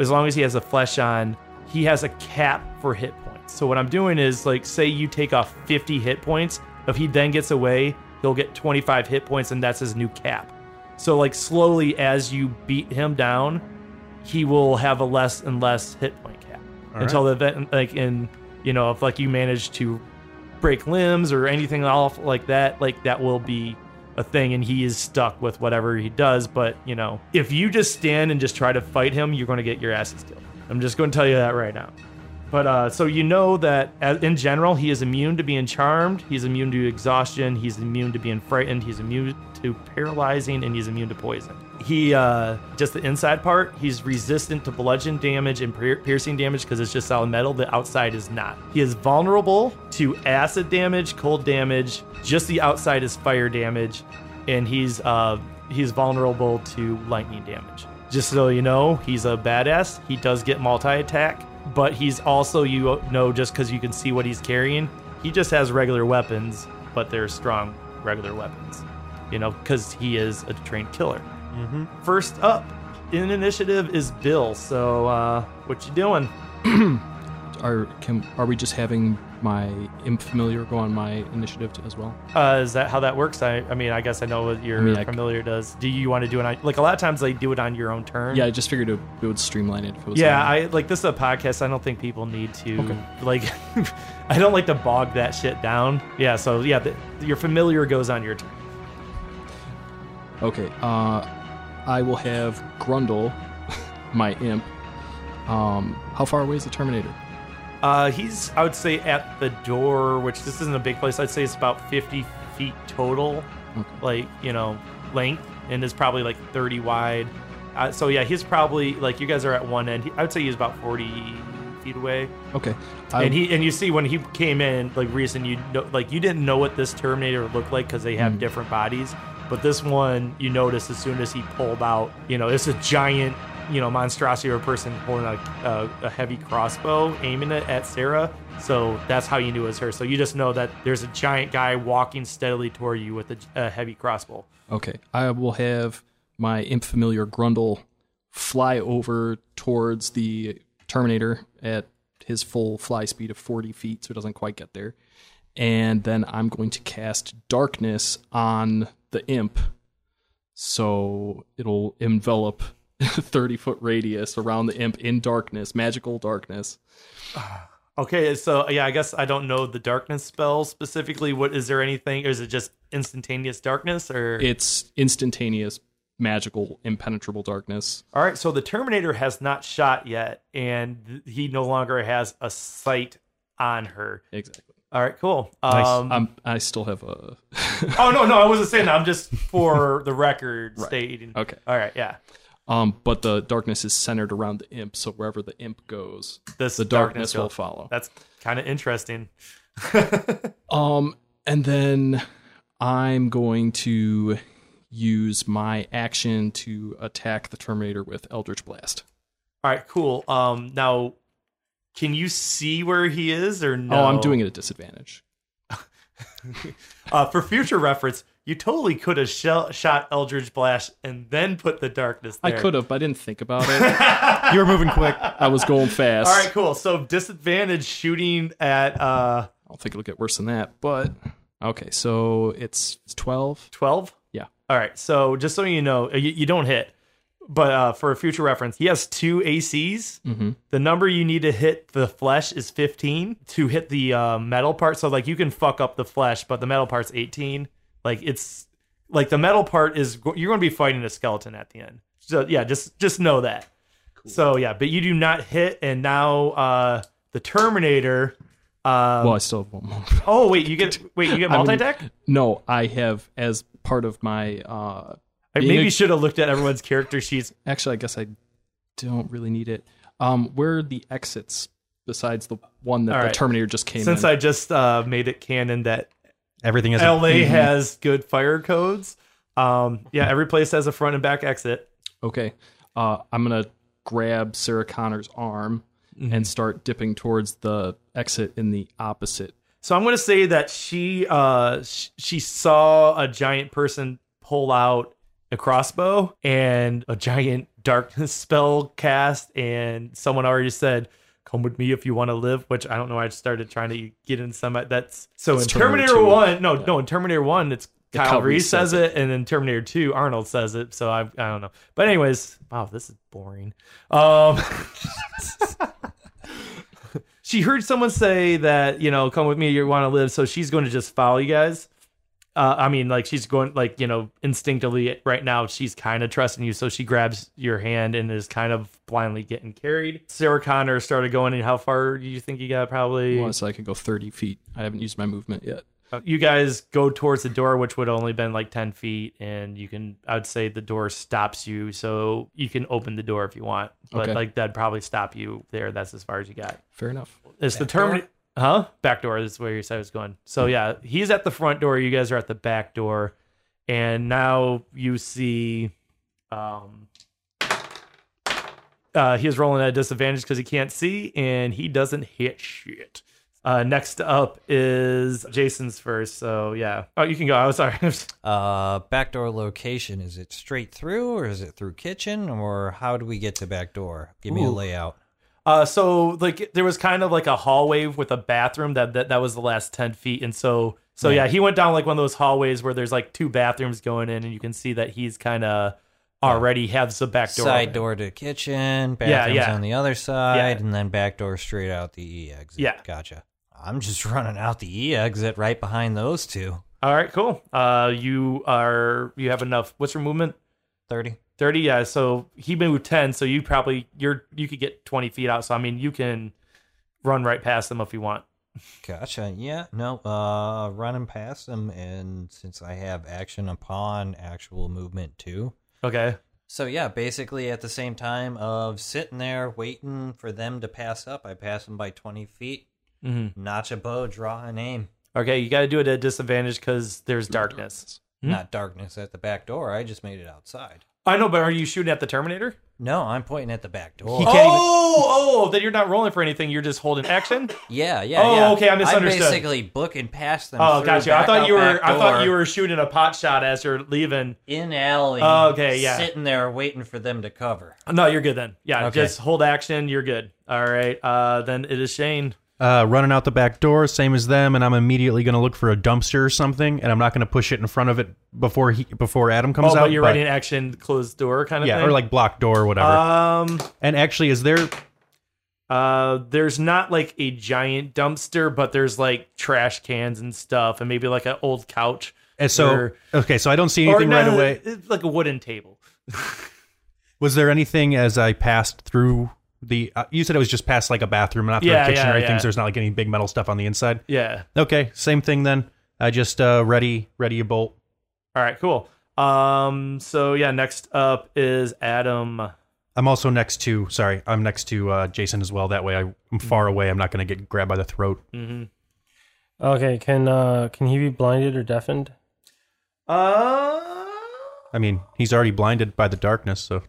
Speaker 3: as long as he has a flesh on, he has a cap for hit points. So what I'm doing is like say you take off 50 hit points, if he then gets away, he'll get 25 hit points and that's his new cap. So like slowly as you beat him down, he will have a less and less hit point cap until the event like in you know if like you manage to break limbs or anything off like that, like that will be a thing and he is stuck with whatever he does. But, you know, if you just stand and just try to fight him, you're going to get your asses killed. I'm just going to tell you that right now. But uh, so you know that as, in general, he is immune to being charmed, he's immune to exhaustion, he's immune to being frightened, he's immune to paralyzing, and he's immune to poison. He, uh, just the inside part, he's resistant to bludgeon damage and pier- piercing damage because it's just solid metal. The outside is not. He is vulnerable to acid damage, cold damage, just the outside is fire damage, and he's, uh, he's vulnerable to lightning damage. Just so you know, he's a badass. He does get multi attack, but he's also, you know, just because you can see what he's carrying, he just has regular weapons, but they're strong regular weapons, you know, because he is a trained killer.
Speaker 6: Mm-hmm.
Speaker 3: First up in initiative is Bill. So, uh, what you doing?
Speaker 6: Are can are we just having my imp familiar go on my initiative t- as well?
Speaker 3: Uh, is that how that works? I, I mean, I guess I know what your
Speaker 6: I mean, I c-
Speaker 3: familiar does. Do you want to do it on, like, a lot of times they do it on your own turn?
Speaker 6: Yeah, I just figured it, it would streamline it if it was.
Speaker 3: Yeah,
Speaker 6: on-
Speaker 3: I like this is a podcast. I don't think people need to
Speaker 6: Okay.
Speaker 3: like. I don't like to bog that shit down. Yeah, so yeah, the, your familiar goes on your turn.
Speaker 6: Okay, uh, I will have Grundle, my imp. Um, how far away is the Terminator?
Speaker 3: Uh, he's I would say at the door, which this isn't a big place. I'd say it's about 50 feet total, like, you know, length, and is probably like 30 wide. Uh, so, yeah, he's probably like, you guys are at one end. He- I would say he's about 40 feet away.
Speaker 6: Okay. I,
Speaker 3: and he and you see when he came in, like reason you know, like you didn't know what this Terminator looked like because they have different bodies. But this one, you notice as soon as he pulled out, you know, it's a giant, you know, monstrosity or a person holding a, a, a heavy crossbow, aiming it at Sarah. So that's how you knew it was her. So you just know that there's a giant guy walking steadily toward you with a, a heavy crossbow.
Speaker 6: okay. I will have my imp familiar Grundle fly over towards the Terminator at his full fly speed of 40 feet, so it doesn't quite get there. And then I'm going to cast darkness on the imp, so it'll envelop 30 foot radius around the imp in darkness, magical darkness.
Speaker 3: Okay, so yeah, I guess I don't know the darkness spell specifically. What is there anything? Or is it just instantaneous darkness or?
Speaker 6: It's instantaneous, magical, impenetrable darkness.
Speaker 3: All right, so the Terminator has not shot yet, and th- he no longer has a sight on her.
Speaker 6: Exactly.
Speaker 3: All right, cool.
Speaker 4: Nice.
Speaker 3: Um,
Speaker 6: I'm, I still have a.
Speaker 3: oh no, no, I wasn't saying that. I'm just for the record stating.
Speaker 6: Okay.
Speaker 3: All right, yeah.
Speaker 6: Um, but the darkness is centered around the imp, so wherever the imp goes,
Speaker 3: This
Speaker 6: the darkness, will
Speaker 3: goes-
Speaker 6: follow.
Speaker 3: That's kind of interesting.
Speaker 6: Um, and then I'm going to use my action to attack the Terminator with Eldritch Blast.
Speaker 3: All right, cool. Um, now, can you see where he is or no?
Speaker 6: Oh, I'm doing it at disadvantage.
Speaker 3: Uh, for future reference, you totally could have shell- shot Eldridge Blast and then put the darkness.
Speaker 6: I
Speaker 3: there.
Speaker 6: could have, but I didn't think about it.
Speaker 4: You were moving quick.
Speaker 6: I was going fast.
Speaker 3: All right, cool. So disadvantage shooting at uh
Speaker 6: I don't think it'll get worse than that, but okay. So it's it's twelve.
Speaker 3: 12
Speaker 6: Yeah.
Speaker 3: all right so just so you know you, you don't hit but uh, for a future reference he has two acs
Speaker 6: Mhm.
Speaker 3: the number you need to hit the flesh is 15 to hit the uh, metal part so like you can fuck up the flesh but the metal part's 18 like it's like the metal part is go- you're going to be fighting a skeleton at the end so yeah just just know that so yeah but you do not hit and now uh the terminator um,
Speaker 6: well, I still have one more.
Speaker 3: oh wait you get wait you get
Speaker 6: I would-
Speaker 3: multi-deck
Speaker 6: No, I have as part of my. uh
Speaker 3: I
Speaker 6: being
Speaker 3: maybe
Speaker 6: a-
Speaker 3: should have looked at everyone's character sheets.
Speaker 6: Actually, I guess I don't really need it. Um, where are the exits besides the one that
Speaker 3: All
Speaker 6: the
Speaker 3: right.
Speaker 6: Terminator just came
Speaker 3: Since
Speaker 6: in?
Speaker 3: I just uh, made it canon that
Speaker 4: Everything is
Speaker 3: LA has good fire codes, um, yeah, every place has a front and back exit.
Speaker 6: Okay. Uh, I'm going to grab Sarah Connor's arm
Speaker 3: Mm-hmm.
Speaker 6: and start dipping towards the exit in the opposite.
Speaker 3: So I'm going to say that she uh, sh- she saw a giant person pull out a crossbow and a giant darkness spell cast, and someone already said. Come with me if you want to live, which I don't know. I just started trying to get in some. That's so
Speaker 6: It's
Speaker 3: in
Speaker 6: Terminator
Speaker 3: Terminator,
Speaker 6: 2.
Speaker 3: One. No, no, in Terminator One, it's Kyle,
Speaker 6: Kyle
Speaker 3: Reese
Speaker 6: Reese
Speaker 3: says
Speaker 6: says
Speaker 3: it, and then Terminator Two, Arnold says it. So I, I don't know. But anyways, wow, this is boring. Um, she heard someone say that you know come with me you want to live so she's going to just follow you guys uh, i mean like she's going like you know instinctively right now she's kind of trusting you so she grabs your hand and is kind of blindly getting carried sarah connor started going and how far do you think you got probably
Speaker 6: Well, so I could go 30 feet. I haven't used my movement yet.
Speaker 3: Uh, you guys go towards the door which would only been like 10 feet and you can i'd say the door stops you so you can open the door if you want but
Speaker 6: Okay.
Speaker 3: like that'd probably stop you there that's as far as you got
Speaker 6: Fair enough.
Speaker 3: it's the term, huh? Back door is where you said it was going. So yeah, he's at the front door. You guys are at the back door, and now you see, um, uh, he is rolling at a disadvantage because he can't see, and he doesn't hit shit. Uh, next up is Jason's first. So yeah, oh, you can go. I was sorry.
Speaker 5: Uh, backdoor location. Is it straight through, or is it through kitchen, or how do we get to backdoor? Give me a layout.
Speaker 3: Uh, so like there was kind of like a hallway with a bathroom that that, that was the last ten feet, and so so yeah. he went down like one of those hallways where there's like two bathrooms going in, and you can see that he's kind of already has the back door.
Speaker 5: Side
Speaker 3: open.
Speaker 5: door to kitchen, bathrooms
Speaker 3: yeah.
Speaker 5: on the other side,
Speaker 3: Yeah.
Speaker 5: and then backdoor straight out the E exit.
Speaker 3: Yeah.
Speaker 5: Gotcha. I'm just running out the E exit right behind those two.
Speaker 3: All right, cool. Uh, you are you have enough. What's your movement?
Speaker 5: 30.
Speaker 3: Thirty. Yeah. So he moved ten, so you probably you're you could get twenty feet out. So I mean, you can run right past them if you want.
Speaker 5: Gotcha. Yeah. No. Uh, running past them, and since I have action upon actual movement too.
Speaker 3: Okay.
Speaker 5: So yeah, basically at the same time of sitting there waiting for them to pass up, I pass them by twenty feet.
Speaker 3: hmm
Speaker 5: Notch a bow, draw an aim.
Speaker 3: Okay, you got to do it at disadvantage because there's darkness. Hmm?
Speaker 5: Not darkness at the back door. I just made it outside.
Speaker 3: I know, but are you shooting at the Terminator?
Speaker 5: No, I'm pointing at the back door.
Speaker 3: oh, oh, then you're not rolling for anything. You're just holding action.
Speaker 5: Yeah, yeah.
Speaker 3: Oh,
Speaker 5: yeah.
Speaker 3: okay, I misunderstood.
Speaker 5: I'm basically booking past them.
Speaker 3: Oh,
Speaker 5: through
Speaker 3: gotcha. I
Speaker 5: back
Speaker 3: thought
Speaker 5: out
Speaker 3: you were.
Speaker 5: back
Speaker 3: I thought
Speaker 5: door,
Speaker 3: you were shooting a pot shot as you're leaving.
Speaker 5: in alley.
Speaker 3: Oh, okay, yeah.
Speaker 5: Sitting there waiting for them to cover.
Speaker 3: No, you're good then. Yeah,
Speaker 5: Okay.
Speaker 3: just hold action. You're good. All right. Uh, then it is Shane.
Speaker 4: Uh, running out the back door, same as them, and I'm immediately going to look for a dumpster or something, and I'm not going to push it in front of it before he before Adam comes
Speaker 3: Oh,
Speaker 4: out.
Speaker 3: but you're right in action, closed door kind of
Speaker 4: yeah,
Speaker 3: thing.
Speaker 4: or like block door or whatever.
Speaker 3: Um.
Speaker 4: and actually, is there?
Speaker 3: Uh. There's not like a giant dumpster, but there's like trash cans and stuff, and maybe like an old couch.
Speaker 4: And uh, so
Speaker 3: Or-
Speaker 4: okay, so I don't see anything
Speaker 3: no,
Speaker 4: right away.
Speaker 3: It's like a wooden table.
Speaker 4: Was there anything as I passed through the? Uh, you said it was just past like a bathroom, not through
Speaker 3: Yeah,
Speaker 4: a kitchen
Speaker 3: yeah,
Speaker 4: or anything.
Speaker 3: yeah.
Speaker 4: So there's not like any big metal stuff on the inside.
Speaker 3: Yeah.
Speaker 4: Okay, same thing then. I just uh, ready ready a bolt.
Speaker 3: All right. Cool. Um. So yeah. Next up is Adam.
Speaker 4: I'm also next to sorry, I'm next to uh, Jason as well. That way I, I'm far away. I'm not going to get grabbed by the throat.
Speaker 3: Mm-hmm.
Speaker 1: Okay, can uh can he be blinded or deafened?
Speaker 3: Uh.
Speaker 4: I mean, he's already blinded by the darkness, so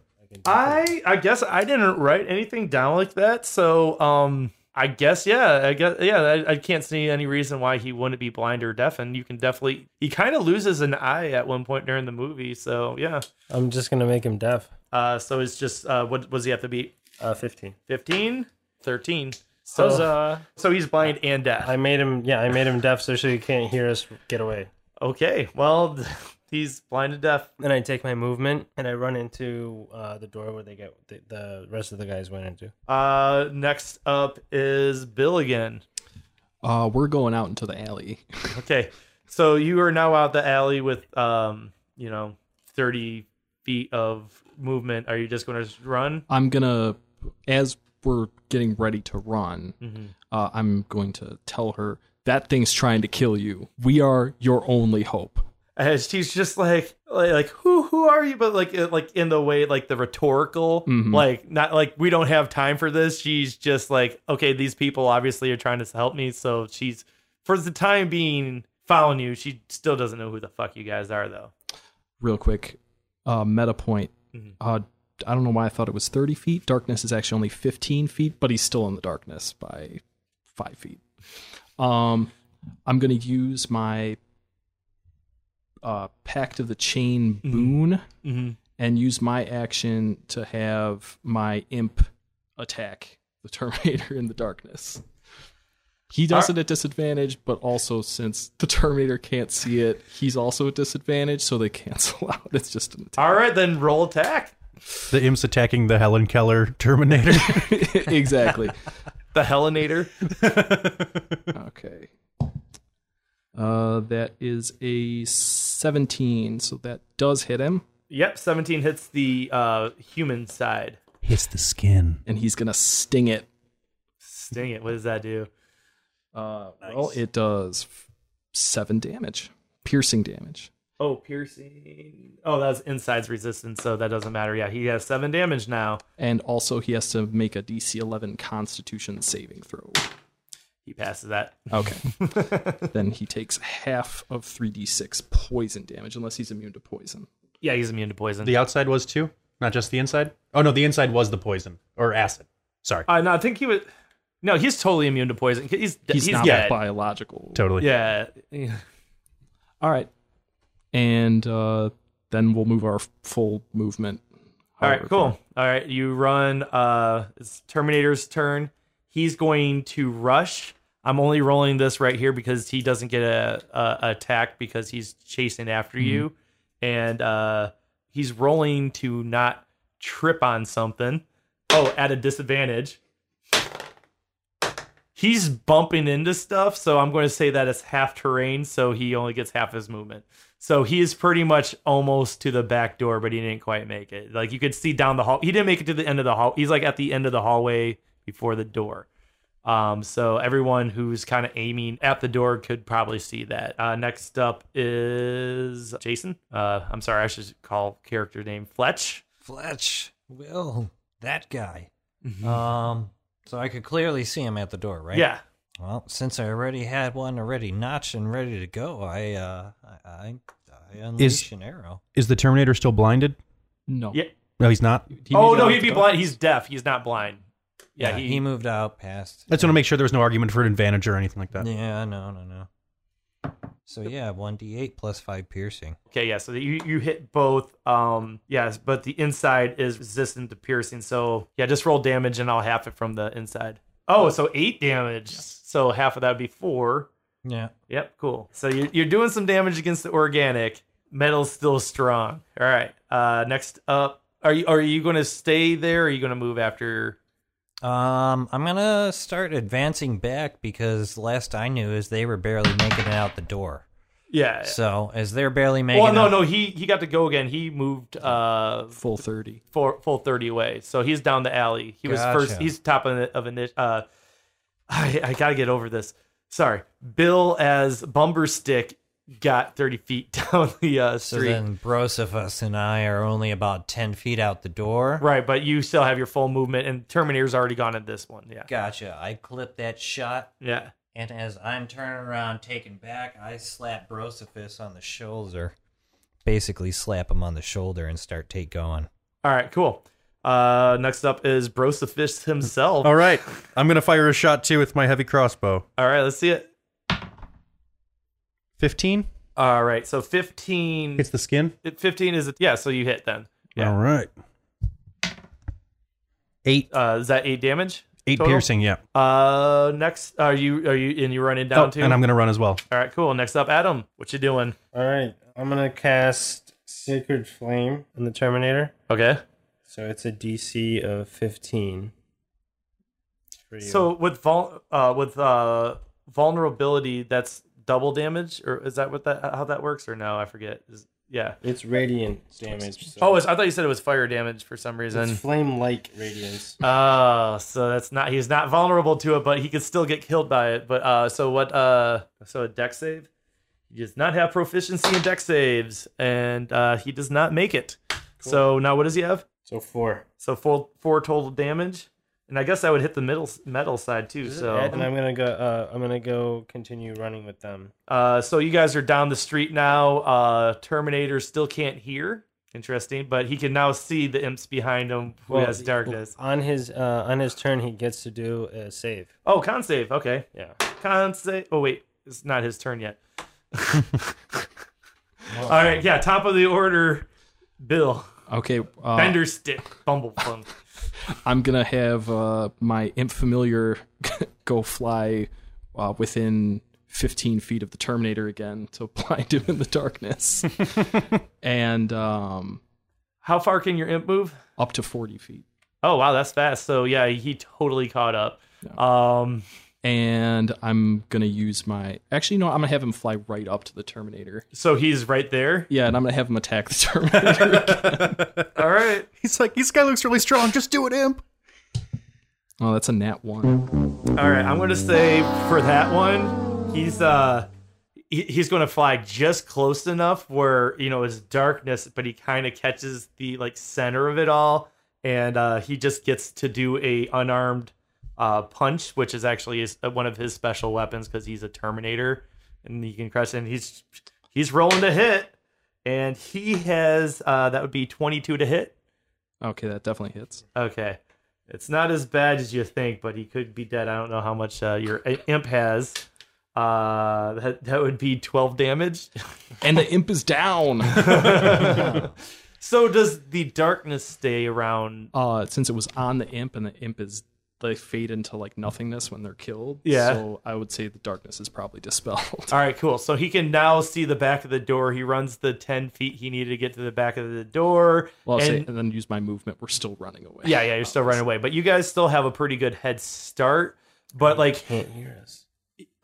Speaker 3: I I guess I didn't write anything down like that. So um. I guess yeah. I guess yeah. I, I can't see any reason why he wouldn't be blind or deafened. You can definitely. He kind of loses an eye at one point during the movie. So yeah.
Speaker 1: I'm just gonna make him deaf.
Speaker 3: Uh. So it's just uh. What was he have to be?
Speaker 1: Uh, fifteen.
Speaker 3: 15? 13. So
Speaker 1: Huzzah.
Speaker 3: so he's blind and deaf.
Speaker 1: I made him. Yeah, I made him deaf so he can't hear us get away.
Speaker 3: okay. Well. He's blind and deaf.
Speaker 1: Then I take my movement and I run into uh, the door where they get the, the rest of the guys went into.
Speaker 3: Uh, next up is Bill again.
Speaker 6: Uh, we're going out into the alley.
Speaker 3: Okay, so you are now out the alley with um, you know, thirty feet of movement. Are you just going to run?
Speaker 6: I'm gonna, as we're getting ready to run,
Speaker 3: Mhm.
Speaker 6: uh, I'm going to tell her that thing's trying to kill you. We are your only hope.
Speaker 3: And she's just like, like, like, who, who are you? But like, uh, like in the way, like the rhetorical,
Speaker 6: Mhm.
Speaker 3: like not like we don't have time for this. She's just like, okay, these people obviously are trying to help me, so she's for the time being following you. She still doesn't know who the fuck you guys are, though.
Speaker 6: Real quick, uh, meta point. Uh, I don't know why I thought it was 30 feet. Darkness is actually only 15 feet, but he's still in the darkness by five feet. Um, I'm gonna use my uh, Pact of the Chain boon.
Speaker 3: Mm-hmm.
Speaker 6: and use my action to have my imp attack the Terminator in the darkness. He does it at disadvantage, but also since the Terminator can't see it, he's also at disadvantage, so they cancel out. It's just an
Speaker 3: All right, then roll attack.
Speaker 4: the imp's attacking the Helen Keller Terminator.
Speaker 6: attack. exactly.
Speaker 3: The Helenator.
Speaker 6: Okay. Uh, that is a 17, so that does hit him,
Speaker 3: Yep, 17 hits the uh, human side.
Speaker 4: Hits the skin.
Speaker 6: and he's going to sting it.
Speaker 3: Sting it. What does that do?
Speaker 6: Uh, Well, it does f- seven damage, piercing damage.
Speaker 3: Oh, piercing. Oh, that's inside's resistance, so that doesn't matter. Yeah, he has seven damage now.
Speaker 6: and also he has to make a DC 11 Constitution saving throw.
Speaker 3: He passes that.
Speaker 6: Okay. then he takes half of 3d6 poison damage unless he's immune to poison.
Speaker 3: Yeah, he's immune to poison.
Speaker 4: The outside was too, not just the inside. Oh no, the inside was the poison or acid. Sorry,
Speaker 3: uh, no, I think he was. No, he's totally immune to poison. He's
Speaker 6: He's,
Speaker 3: he's, he's
Speaker 6: not
Speaker 3: dead.
Speaker 6: biological.
Speaker 4: totally.
Speaker 3: Yeah.
Speaker 6: All right. And uh, then we'll move our f- full movement.
Speaker 3: All right,
Speaker 6: however
Speaker 3: cool.
Speaker 6: far.
Speaker 3: All right, you run. Uh, it's Terminator's turn. He's going to rush. I'm only rolling this right here because he doesn't get a, a attack because he's chasing after you, and uh, he's rolling to not trip on something. Oh, at a disadvantage. He's bumping into stuff, so I'm going to say that it's half terrain, so he only gets half his movement. So he is pretty much almost to the back door, but he didn't quite make it. Like you could see down the hall. He didn't make it to the end of the hall. He's like at the end of the hallway before the door. Um, so everyone who's kind of aiming at the door could probably see that. Uh, next up is Jason. Uh, I'm sorry, I should call character name Fletch.
Speaker 5: Fletch, Will, that guy. Um, so I could clearly see him at the door, right?
Speaker 3: Mm-hmm. Yeah.
Speaker 5: Well, since I already had one already notched and ready to go, I uh, I, I, I unleash an arrow.
Speaker 4: Is the Terminator still blinded?
Speaker 6: No.
Speaker 3: Yeah.
Speaker 4: No, he's not.
Speaker 6: He
Speaker 3: oh
Speaker 6: moved
Speaker 3: no,
Speaker 6: out
Speaker 3: he'd
Speaker 6: the
Speaker 3: be
Speaker 6: door.
Speaker 3: blind. He's deaf. He's not blind. Yeah.
Speaker 5: Uh, he,
Speaker 3: he,
Speaker 5: moved out past.
Speaker 4: I just want to make sure there was no argument for an advantage or anything like that.
Speaker 5: Yeah, no, no, no. So yeah, one d eight plus five piercing.
Speaker 3: Okay, yeah. So you you hit both. Um, yes, but the inside is resistant to piercing. So yeah, just roll damage and I'll half it from the inside. Oh, so eight damage. So half of that would be four.
Speaker 5: Yeah.
Speaker 3: Yep, cool. So you're, you're doing some damage against the organic. Metal's still strong. All right. Uh, next up, are you are you going to stay there? Or are you going to move after?
Speaker 5: Um, I'm gonna start advancing back because last I knew is they were barely making it out the door.
Speaker 3: Yeah.
Speaker 5: So as they're barely making,
Speaker 3: Well, no,
Speaker 5: out-
Speaker 3: no. He he got to go again. He moved uh
Speaker 6: Full 30.
Speaker 3: full, full 30 away. So he's down the alley. He
Speaker 5: Gotcha.
Speaker 3: was first. He's top of, of initiative. Uh, I, I got to get over this. Sorry. Bill as Bumberstick got 30 feet down the uh,
Speaker 5: So
Speaker 3: street.
Speaker 5: then Brosifus and I are only about ten feet out the door.
Speaker 3: right. But you still have your full movement, and Terminator's already gone in this one. Yeah.
Speaker 5: Gotcha. I clip that shot,
Speaker 3: Yeah.
Speaker 5: and as I'm turning around, taken back, I slap Brosifus on the shoulder. Basically, slap him on the shoulder and start take going.
Speaker 3: All right. Cool. Uh, next up is Brosifist himself.
Speaker 4: All right, I'm gonna fire a shot too with my heavy crossbow.
Speaker 3: All right. Let's see it.
Speaker 4: Fifteen
Speaker 3: All right. So 15.
Speaker 4: hits the skin.
Speaker 3: 15 is, yeah. So you hit then. Yeah.
Speaker 4: All right. Eight,
Speaker 3: Uh, is that eight damage?
Speaker 4: eight
Speaker 3: total?
Speaker 4: piercing. Yeah,
Speaker 3: Uh, next, are you are you and you're running down
Speaker 4: Oh,
Speaker 3: too?
Speaker 4: and I'm gonna run as well.
Speaker 3: All right, cool. Next up, Adam, what you doing?
Speaker 2: All right, I'm gonna cast Sacred Flame on the Terminator.
Speaker 3: Okay.
Speaker 2: So it's a DC of 15. For you.
Speaker 3: So with vul- uh with uh vulnerability, that's double damage, or is that what that how that works? Or no, I forget. Is, yeah.
Speaker 2: it's radiant damage. So
Speaker 3: Oh, it's, I thought you said it was fire damage for some reason.
Speaker 2: it's flame-like radiance.
Speaker 3: Uh, so that's not he's not vulnerable to it, but he could still get killed by it. But uh, so what? Uh, so a deck save. He does not have proficiency in deck saves, and uh, he does not make it. So now what does he have?
Speaker 2: So four.
Speaker 3: So four four total damage, and I guess I would hit the middle metal side too.
Speaker 2: and
Speaker 3: So
Speaker 2: I'm gonna go. Uh, I'm gonna go continue running with them.
Speaker 3: uh, so you guys are down the street now. Uh, Terminator still can't hear. Interesting, but he can now see the imps behind him who
Speaker 2: Well,
Speaker 3: has darkness.
Speaker 2: On his uh, on his turn, he gets to do a save.
Speaker 3: Oh, con save. Okay,
Speaker 2: Yeah.
Speaker 3: con save. Oh wait, it's not his turn yet. All right, yeah. Top of the order, Bill
Speaker 6: Okay. Uh,
Speaker 3: Bender Stick Bumblefunk.
Speaker 6: I'm gonna have uh, my imp familiar go fly uh, within 15 feet of the Terminator again to blind him in the darkness, and um,
Speaker 3: How far can your imp move?
Speaker 6: up to 40 feet.
Speaker 3: Oh wow, that's fast. So yeah, he totally caught up. Um,
Speaker 6: And I'm gonna use my. Actually, no, I'm gonna have him fly right up to the Terminator.
Speaker 3: so he's right there.
Speaker 6: Yeah, and I'm gonna have him attack the Terminator.
Speaker 3: All right.
Speaker 4: He's like, this guy looks really strong. Just do it, imp.
Speaker 6: oh, that's a nat one.
Speaker 3: All right. I'm going to say for that one, he's uh he- he's going to fly just close enough where, you know, it's darkness, but he kind of catches the like center of it all and uh he just gets to do a unarmed uh punch, which is actually his, uh, one of his special weapons cuz he's a terminator and he can crush it. And he's he's rolling to hit and he has uh that would be 22 to hit.
Speaker 6: Okay, that definitely hits.
Speaker 3: Okay. It's not as bad as you think, but he could be dead. I don't know how much uh, your i- imp has. Uh, that, that would be 12 damage.
Speaker 6: And the imp is down.
Speaker 3: So does the darkness stay around?
Speaker 6: uh, since it was on the imp and the imp is they fade into like nothingness when they're killed.
Speaker 3: Yeah.
Speaker 6: So I would say the darkness is probably dispelled.
Speaker 3: All right, cool. So he can now see the back of the door. He runs the 10 feet he needed to get to the back of the door.
Speaker 6: Well, I'll say,
Speaker 3: And-
Speaker 6: and then use my movement. We're still running away.
Speaker 3: yeah, yeah, you're still running away, but you guys still have a pretty good head start. But like,
Speaker 2: Can't hear us.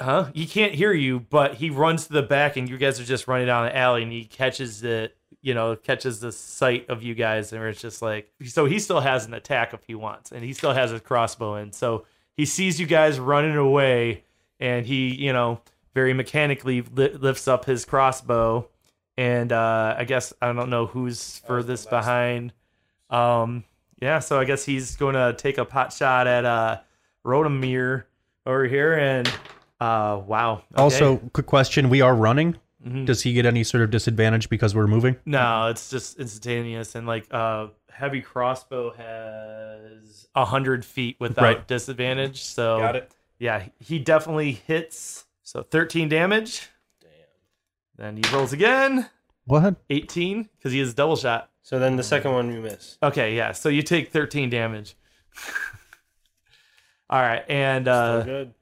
Speaker 3: huh? He can't hear you, but he runs to the back, and you guys are just running down the alley, and he catches it. You know, catches the sight of you guys, and it's just like so. He still has an attack if he wants, and he still has his crossbow in. So He sees you guys running away, and he, you know, very mechanically li- lifts up his crossbow. And uh, I guess I don't know who's furthest behind. Um, yeah, so I guess he's going to take a pot shot at uh, Rotomir over here. And uh, wow. Okay. Mm-hmm.
Speaker 4: Also, quick question: We are running. Does he get any sort of disadvantage because we're moving?
Speaker 3: No, it's just instantaneous and like uh heavy crossbow has a hundred feet without
Speaker 4: Right.
Speaker 3: disadvantage. So
Speaker 4: Got it.
Speaker 3: yeah, he definitely hits. So thirteen damage. Damn. Then he rolls again.
Speaker 4: What?
Speaker 3: Eighteen, because he has double shot.
Speaker 1: So then the second one you miss.
Speaker 3: Okay, yeah. So you take thirteen damage. All right, and uh,
Speaker 1: Good.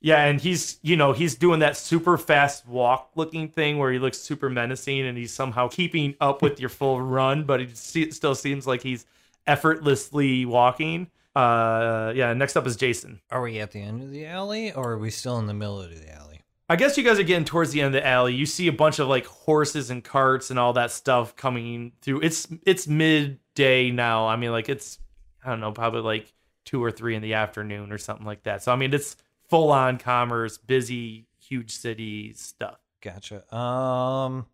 Speaker 3: yeah, and he's you know he's doing that super fast walk looking thing where he looks super menacing and he's somehow keeping up with your full run, but it se- still seems like he's effortlessly walking. Uh, yeah. Next up is Jason.
Speaker 5: Are we at the end of the alley or are we still in the middle of the alley?
Speaker 3: I guess you guys are getting towards the end of the alley. You see a bunch of like horses and carts and all that stuff coming through. It's it's midday now. I mean, like it's I don't know, probably like two or three in the afternoon or something like that. So I mean, it's full on commerce, busy, huge city stuff.
Speaker 5: Gotcha. Um,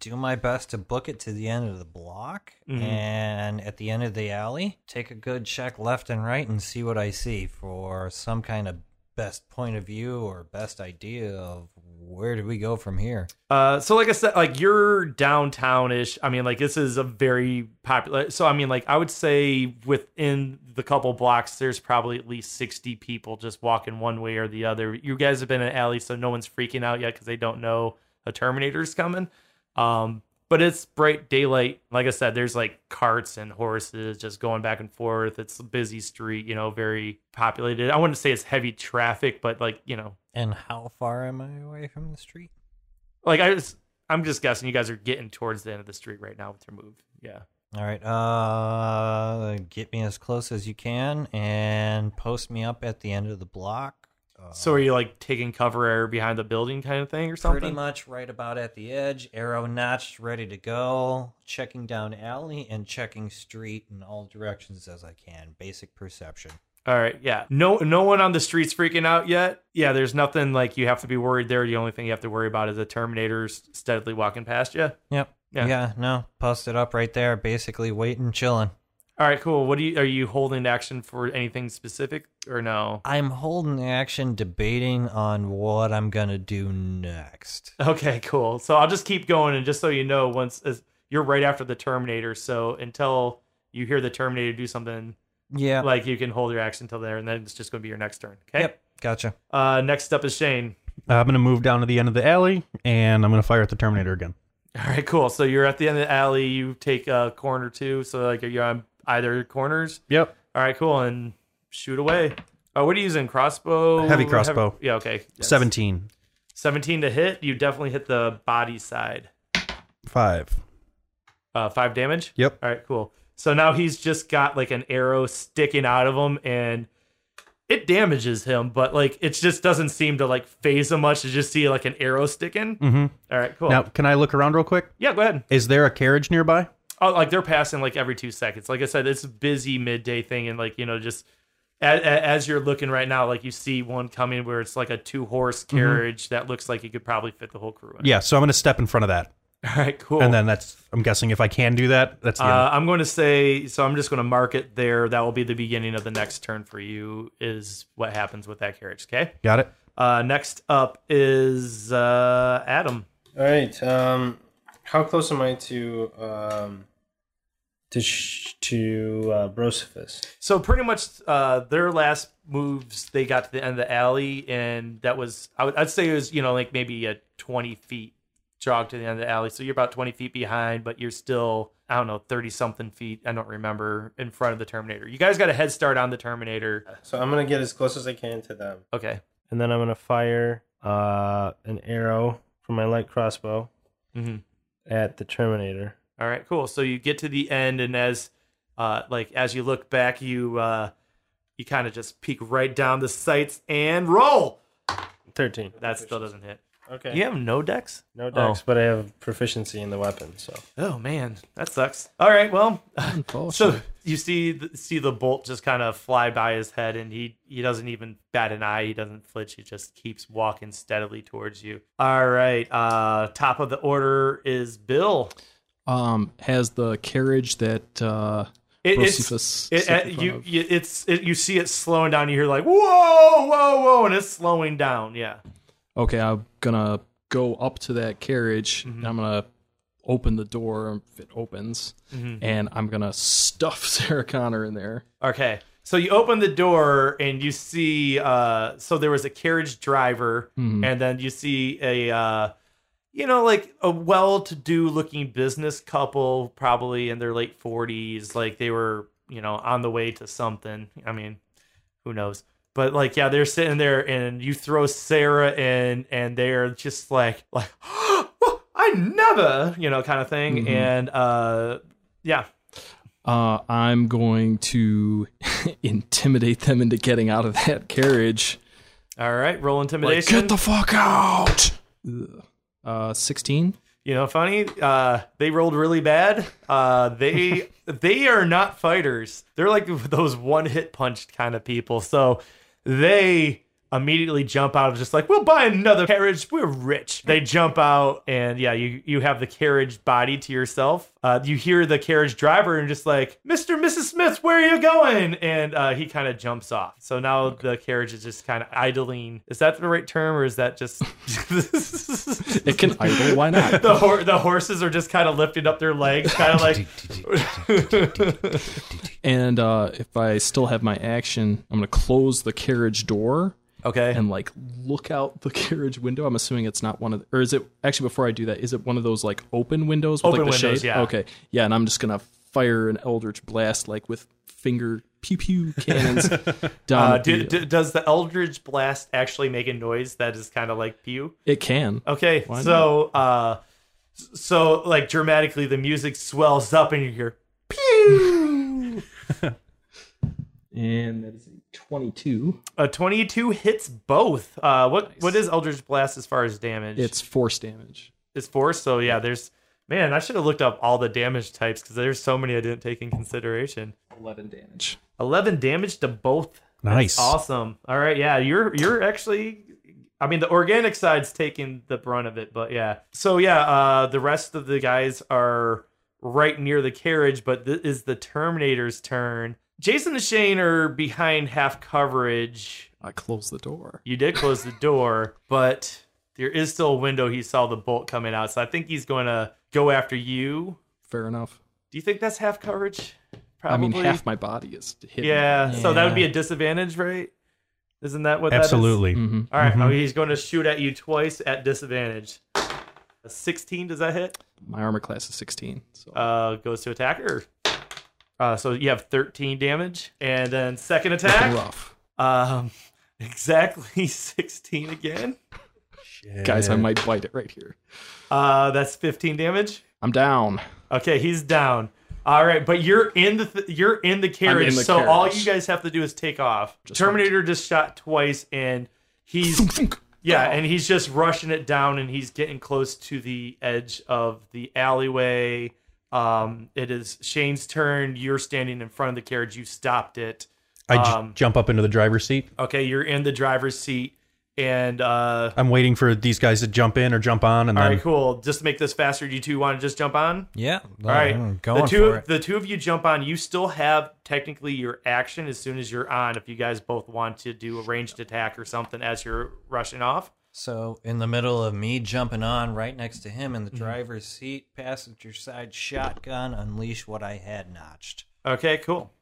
Speaker 5: do my best to book it to the end of the block,
Speaker 3: Mhm.
Speaker 5: and at the end of the alley, take a good check left and right and see what I see for some kind of best point of view or best idea of where do we go from here.
Speaker 3: Uh, so like I said, like you're downtownish. I mean, like this is a very popular. So I mean, like I would say within the couple blocks, there's probably at least sixty people just walking one way or the other. You guys have been in an alley, so no one's freaking out yet because they don't know a Terminator's coming. Um, but it's bright daylight. Like I said, there's like carts and horses just going back and forth. It's a busy street, you know, very populated. I wouldn't say it's heavy traffic, but like you know,
Speaker 5: And how far am I away from the street?
Speaker 3: like I was, I'm just guessing you guys are getting towards the end of the street right now with your move. Yeah.
Speaker 5: All right, uh, get me as close as you can and post me up at the end of the block. Uh,
Speaker 3: So are you like taking cover behind the building kind of thing or something?
Speaker 5: Pretty much right about at the edge, arrow notched, ready to go. Checking down alley and checking street in all directions as I can. Basic perception.
Speaker 3: All right. Yeah. No, no one on the streets freaking out yet. Yeah. There's nothing like you have to be worried there. The only thing you have to worry about is the Terminators steadily walking past you.
Speaker 5: Yep.
Speaker 3: Yeah.
Speaker 5: Yeah. no, post it up right there. Basically, waiting, chilling.
Speaker 3: All right. Cool. What do you are you holding action for anything specific or no?
Speaker 5: I'm holding action, debating on what I'm gonna do next.
Speaker 3: Okay. Cool. So I'll just keep going, and just so you know, once as, you're right after the Terminator, so until you hear the Terminator do something
Speaker 5: Yeah.
Speaker 3: Like you can hold your action until there, and then it's just going to be your next turn. Okay.
Speaker 5: Yep. Gotcha.
Speaker 3: Uh, next up is Shane.
Speaker 4: I'm gonna move down to the end of the alley, and I'm gonna fire at the Terminator again.
Speaker 3: All right, cool. So you're at the end of the alley. You take a corner two. So like you're on either corners.
Speaker 4: Yep.
Speaker 3: All right, cool. And shoot away. Oh, what are you using? Crossbow.
Speaker 4: Heavy crossbow.
Speaker 3: yeah. Okay. Yes.
Speaker 4: Seventeen.
Speaker 3: Seventeen to hit. You definitely hit the body side.
Speaker 4: Five.
Speaker 3: Uh, five damage.
Speaker 4: Yep.
Speaker 3: All right, cool. So now he's just got like an arrow sticking out of him and it damages him, but like it just doesn't seem to like phase him much to just see like an arrow sticking.
Speaker 4: Mhm.
Speaker 3: All right, cool.
Speaker 4: Now, can I look around real quick?
Speaker 3: yeah, go ahead.
Speaker 4: Is there a carriage nearby?
Speaker 3: Oh, like they're passing like every two seconds. Like I said, it's a busy midday thing, and like you know, just as, as you're looking right now, like you see one coming where it's like a two horse carriage that looks like it could probably fit the whole crew. In.
Speaker 4: Mm-hmm. Yeah. So I'm gonna step in front of that,
Speaker 3: All right, cool.
Speaker 4: and then that's. I'm guessing if I can do that, that's the
Speaker 3: Uh, I'm going to say so. I'm just going to mark it there. That will be the beginning of the next turn for you. Is what happens with that carriage. Okay.
Speaker 4: end. Got it.
Speaker 3: Uh, next up is uh, Adam.
Speaker 1: All right. Um, how close am I to um, to sh- to uh, Brosephus?
Speaker 3: So pretty much uh, their last moves, they got to the end of the alley, and that was I would, I'd say it was you know like maybe a 20 feet jog to the end of the alley. So you're about 20 feet behind, but you're still I don't know 30 something feet. I don't remember in front of the Terminator. You guys got a head start on the Terminator.
Speaker 1: So I'm gonna get as close as I can to them,
Speaker 3: Okay.
Speaker 1: and then I'm gonna fire uh, an arrow from my light crossbow
Speaker 3: Mm-hmm.
Speaker 1: at the Terminator.
Speaker 3: All right, cool. So you get to the end, and as uh, like as you look back, you uh, you kind of just peek right down the sights and roll.
Speaker 1: Thirteen.
Speaker 3: That still doesn't hit.
Speaker 1: Okay.
Speaker 3: You have no decks?
Speaker 1: No dex, but I have proficiency in the weapon, so
Speaker 3: Oh man, that sucks. All right, well, so
Speaker 6: Unfortunately.
Speaker 3: you see the, see the bolt just kind of fly by his head, and he he doesn't even bat an eye. He doesn't flinch. He just keeps walking steadily towards you. All right, uh, top of the order is Bill.
Speaker 6: um, has the carriage that uh,
Speaker 3: It,
Speaker 6: Josephus
Speaker 3: it's it,
Speaker 6: sits
Speaker 3: uh,
Speaker 6: in front
Speaker 3: you,
Speaker 6: of.
Speaker 3: you it's it, you see it slowing down. You hear like whoa whoa whoa, and it's slowing down. Yeah.
Speaker 6: okay, I'm gonna go up to that carriage
Speaker 3: Mm-hmm.
Speaker 6: and I'm gonna open the door if it opens,
Speaker 3: Mm-hmm.
Speaker 6: and I'm gonna stuff Sarah Connor in there.
Speaker 3: Okay. So you open the door and you see uh so there was a carriage driver
Speaker 6: Mm-hmm.
Speaker 3: and then you see a uh you know like a well-to-do looking business couple probably in their late 40s like they were, you know, on the way to something. I mean, who knows. But like yeah, they're sitting there and you throw Sarah in and they're just like like I never, you know, kind of thing
Speaker 6: Mm-hmm.
Speaker 3: and uh yeah.
Speaker 6: Uh, I'm going to intimidate them into getting out of that carriage.
Speaker 3: All right, roll
Speaker 6: Like,
Speaker 3: intimidation.
Speaker 6: get the fuck out! Ugh. Uh, 16?
Speaker 3: You know, funny. Uh, they rolled really bad. Uh, they they are not fighters. They're like those one hit punched kind of people. So they immediately jump out of just like we'll buy another carriage. We're rich. They jump out and yeah, you you have the carriage body to yourself. Uh, you hear the carriage driver and just like Mister Mrs Smith, where are you going? And uh, he kind of jumps off. So now the carriage is just kind of idling. Is that the right term or is that just?
Speaker 6: It can idle, why not?
Speaker 3: the hor- the horses are just kind of lifting up their legs, kind of like
Speaker 6: And uh, if I still have my action, I'm going to close the carriage door
Speaker 3: okay.
Speaker 6: and like look out the carriage window. I'm assuming it's not one of, the, or is it actually before I do that? Is it one of those like open windows? With,
Speaker 3: Open
Speaker 6: like, the
Speaker 3: windows,
Speaker 6: shade?
Speaker 3: yeah.
Speaker 6: Okay, yeah. And I'm just gonna fire an eldritch blast like with finger pew pew cannons down.
Speaker 3: uh,
Speaker 6: at the-
Speaker 3: do, do, does the Eldridge blast actually make a noise that is kind of like pew?
Speaker 6: it can.
Speaker 3: Okay, so uh, s- so like dramatically, the music swells up, and you hear
Speaker 6: And that is a 22.
Speaker 3: a uh, twenty-two hits both. Uh, what what is Eldridge blast as far as damage?
Speaker 6: It's force damage.
Speaker 3: it's four. So yeah, there's man. I should have looked up all the damage types because there's so many I didn't take in consideration.
Speaker 6: 11 damage.
Speaker 3: 11 damage to both.
Speaker 4: Nice.
Speaker 3: Awesome. All right, yeah, you're you're actually I mean the organic side's taking the brunt of it, but yeah. So yeah, uh the rest of the guys are right near the carriage, but this is the Terminator's turn. Jason and Shane are behind half coverage.
Speaker 6: I close the door.
Speaker 3: You did close the door, but there is still a window he saw the bolt coming out. So I think he's going to go after you.
Speaker 6: Fair enough.
Speaker 3: Do you think that's half coverage? Probably.
Speaker 6: I mean, half my body is hidden.
Speaker 3: Yeah, so that would be
Speaker 5: Yeah.
Speaker 3: a disadvantage, right? Isn't that what
Speaker 4: Absolutely.
Speaker 6: Mhm.
Speaker 3: that is? All right, oh, he's going to shoot at you twice at disadvantage. A 16, does that hit?
Speaker 6: My armor class is 16. So
Speaker 3: Uh, goes to attacker. Uh, so you have 13 damage. And then second attack,
Speaker 6: rough.
Speaker 3: um, exactly 16 again.
Speaker 6: Guys, I might bite it right here.
Speaker 3: Uh, that's 15 damage.
Speaker 6: I'm down.
Speaker 3: Okay, he's down. All right, but you're in the th- you're in the carriage,
Speaker 6: in the
Speaker 3: so all
Speaker 6: carriage.
Speaker 3: you guys have to do is take off. Terminator just shot twice, and he's
Speaker 5: Oh.
Speaker 3: yeah, and he's just rushing it down, and he's getting close to the edge of the alleyway. Um, it is Shane's turn. You're standing in front of the carriage. You stopped it.
Speaker 4: I j-
Speaker 3: Um,
Speaker 4: jump up into the driver's seat.
Speaker 3: Okay, you're in the driver's seat, and uh,
Speaker 4: I'm waiting for these guys to jump in or jump on, and
Speaker 3: all
Speaker 4: then
Speaker 3: right, cool. Just to make this faster, do you two want to just jump on?
Speaker 5: Yeah.
Speaker 3: All
Speaker 5: I'm
Speaker 3: right,
Speaker 5: going
Speaker 3: the two
Speaker 5: for it.
Speaker 3: the two of you jump on. You still have technically your action as soon as you're on. If you guys both want to do a ranged attack or something as you're rushing off,
Speaker 5: So in the middle of me jumping on right next to him in
Speaker 3: Mm-hmm.
Speaker 5: the driver's seat, passenger side shotgun, unleash what I had notched.
Speaker 3: okay, cool.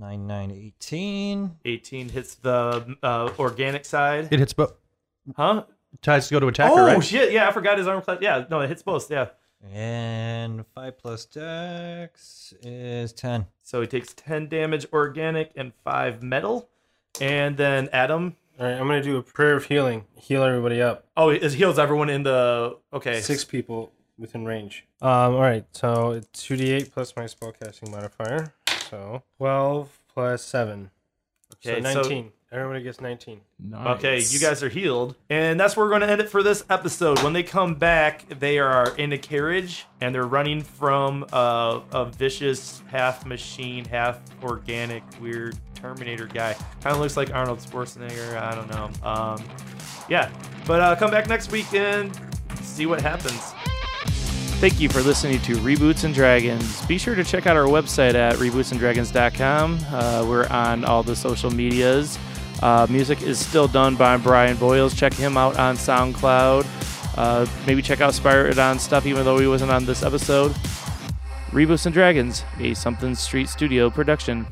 Speaker 5: Nine nine eighteen.
Speaker 3: 18 hits the uh, organic side,
Speaker 4: it hits both.
Speaker 3: huh?
Speaker 4: Tries to go to attacker,
Speaker 3: Oh
Speaker 4: right?
Speaker 3: shit! Yeah, I forgot his armor class. Yeah, no, it hits both. Yeah,
Speaker 5: And five plus dex is ten.
Speaker 3: so he takes 10 damage organic and five metal, and then Adam.
Speaker 1: all right, I'm gonna do a prayer of healing. Heal everybody up.
Speaker 3: Oh, it heals everyone in the okay.
Speaker 1: Six people within range. Um, all right, so it's two d eight plus my spellcasting modifier. So twelve plus seven. Okay,
Speaker 3: Okay, so-
Speaker 1: 19. Everybody gets 19.
Speaker 6: Nice.
Speaker 3: Okay, you guys are healed. And that's where we're going to end it for this episode. When they come back, they are in a carriage and they're running from a, a vicious half machine, half organic, weird Terminator guy. Kind of looks like Arnold Schwarzenegger. I don't know. Um, yeah. But uh, come back next week and see what happens. Thank you for listening to Reboots and Dragons. Be sure to check out our website at rebootsanddragons.com. Uh, we're on all the social medias. Uh, music is still done by Brian Boyles. Check him out on SoundCloud. Uh, maybe check out Spirit on stuff, even though he wasn't on this episode. Reboots and Dragons, a Something Street Studio production.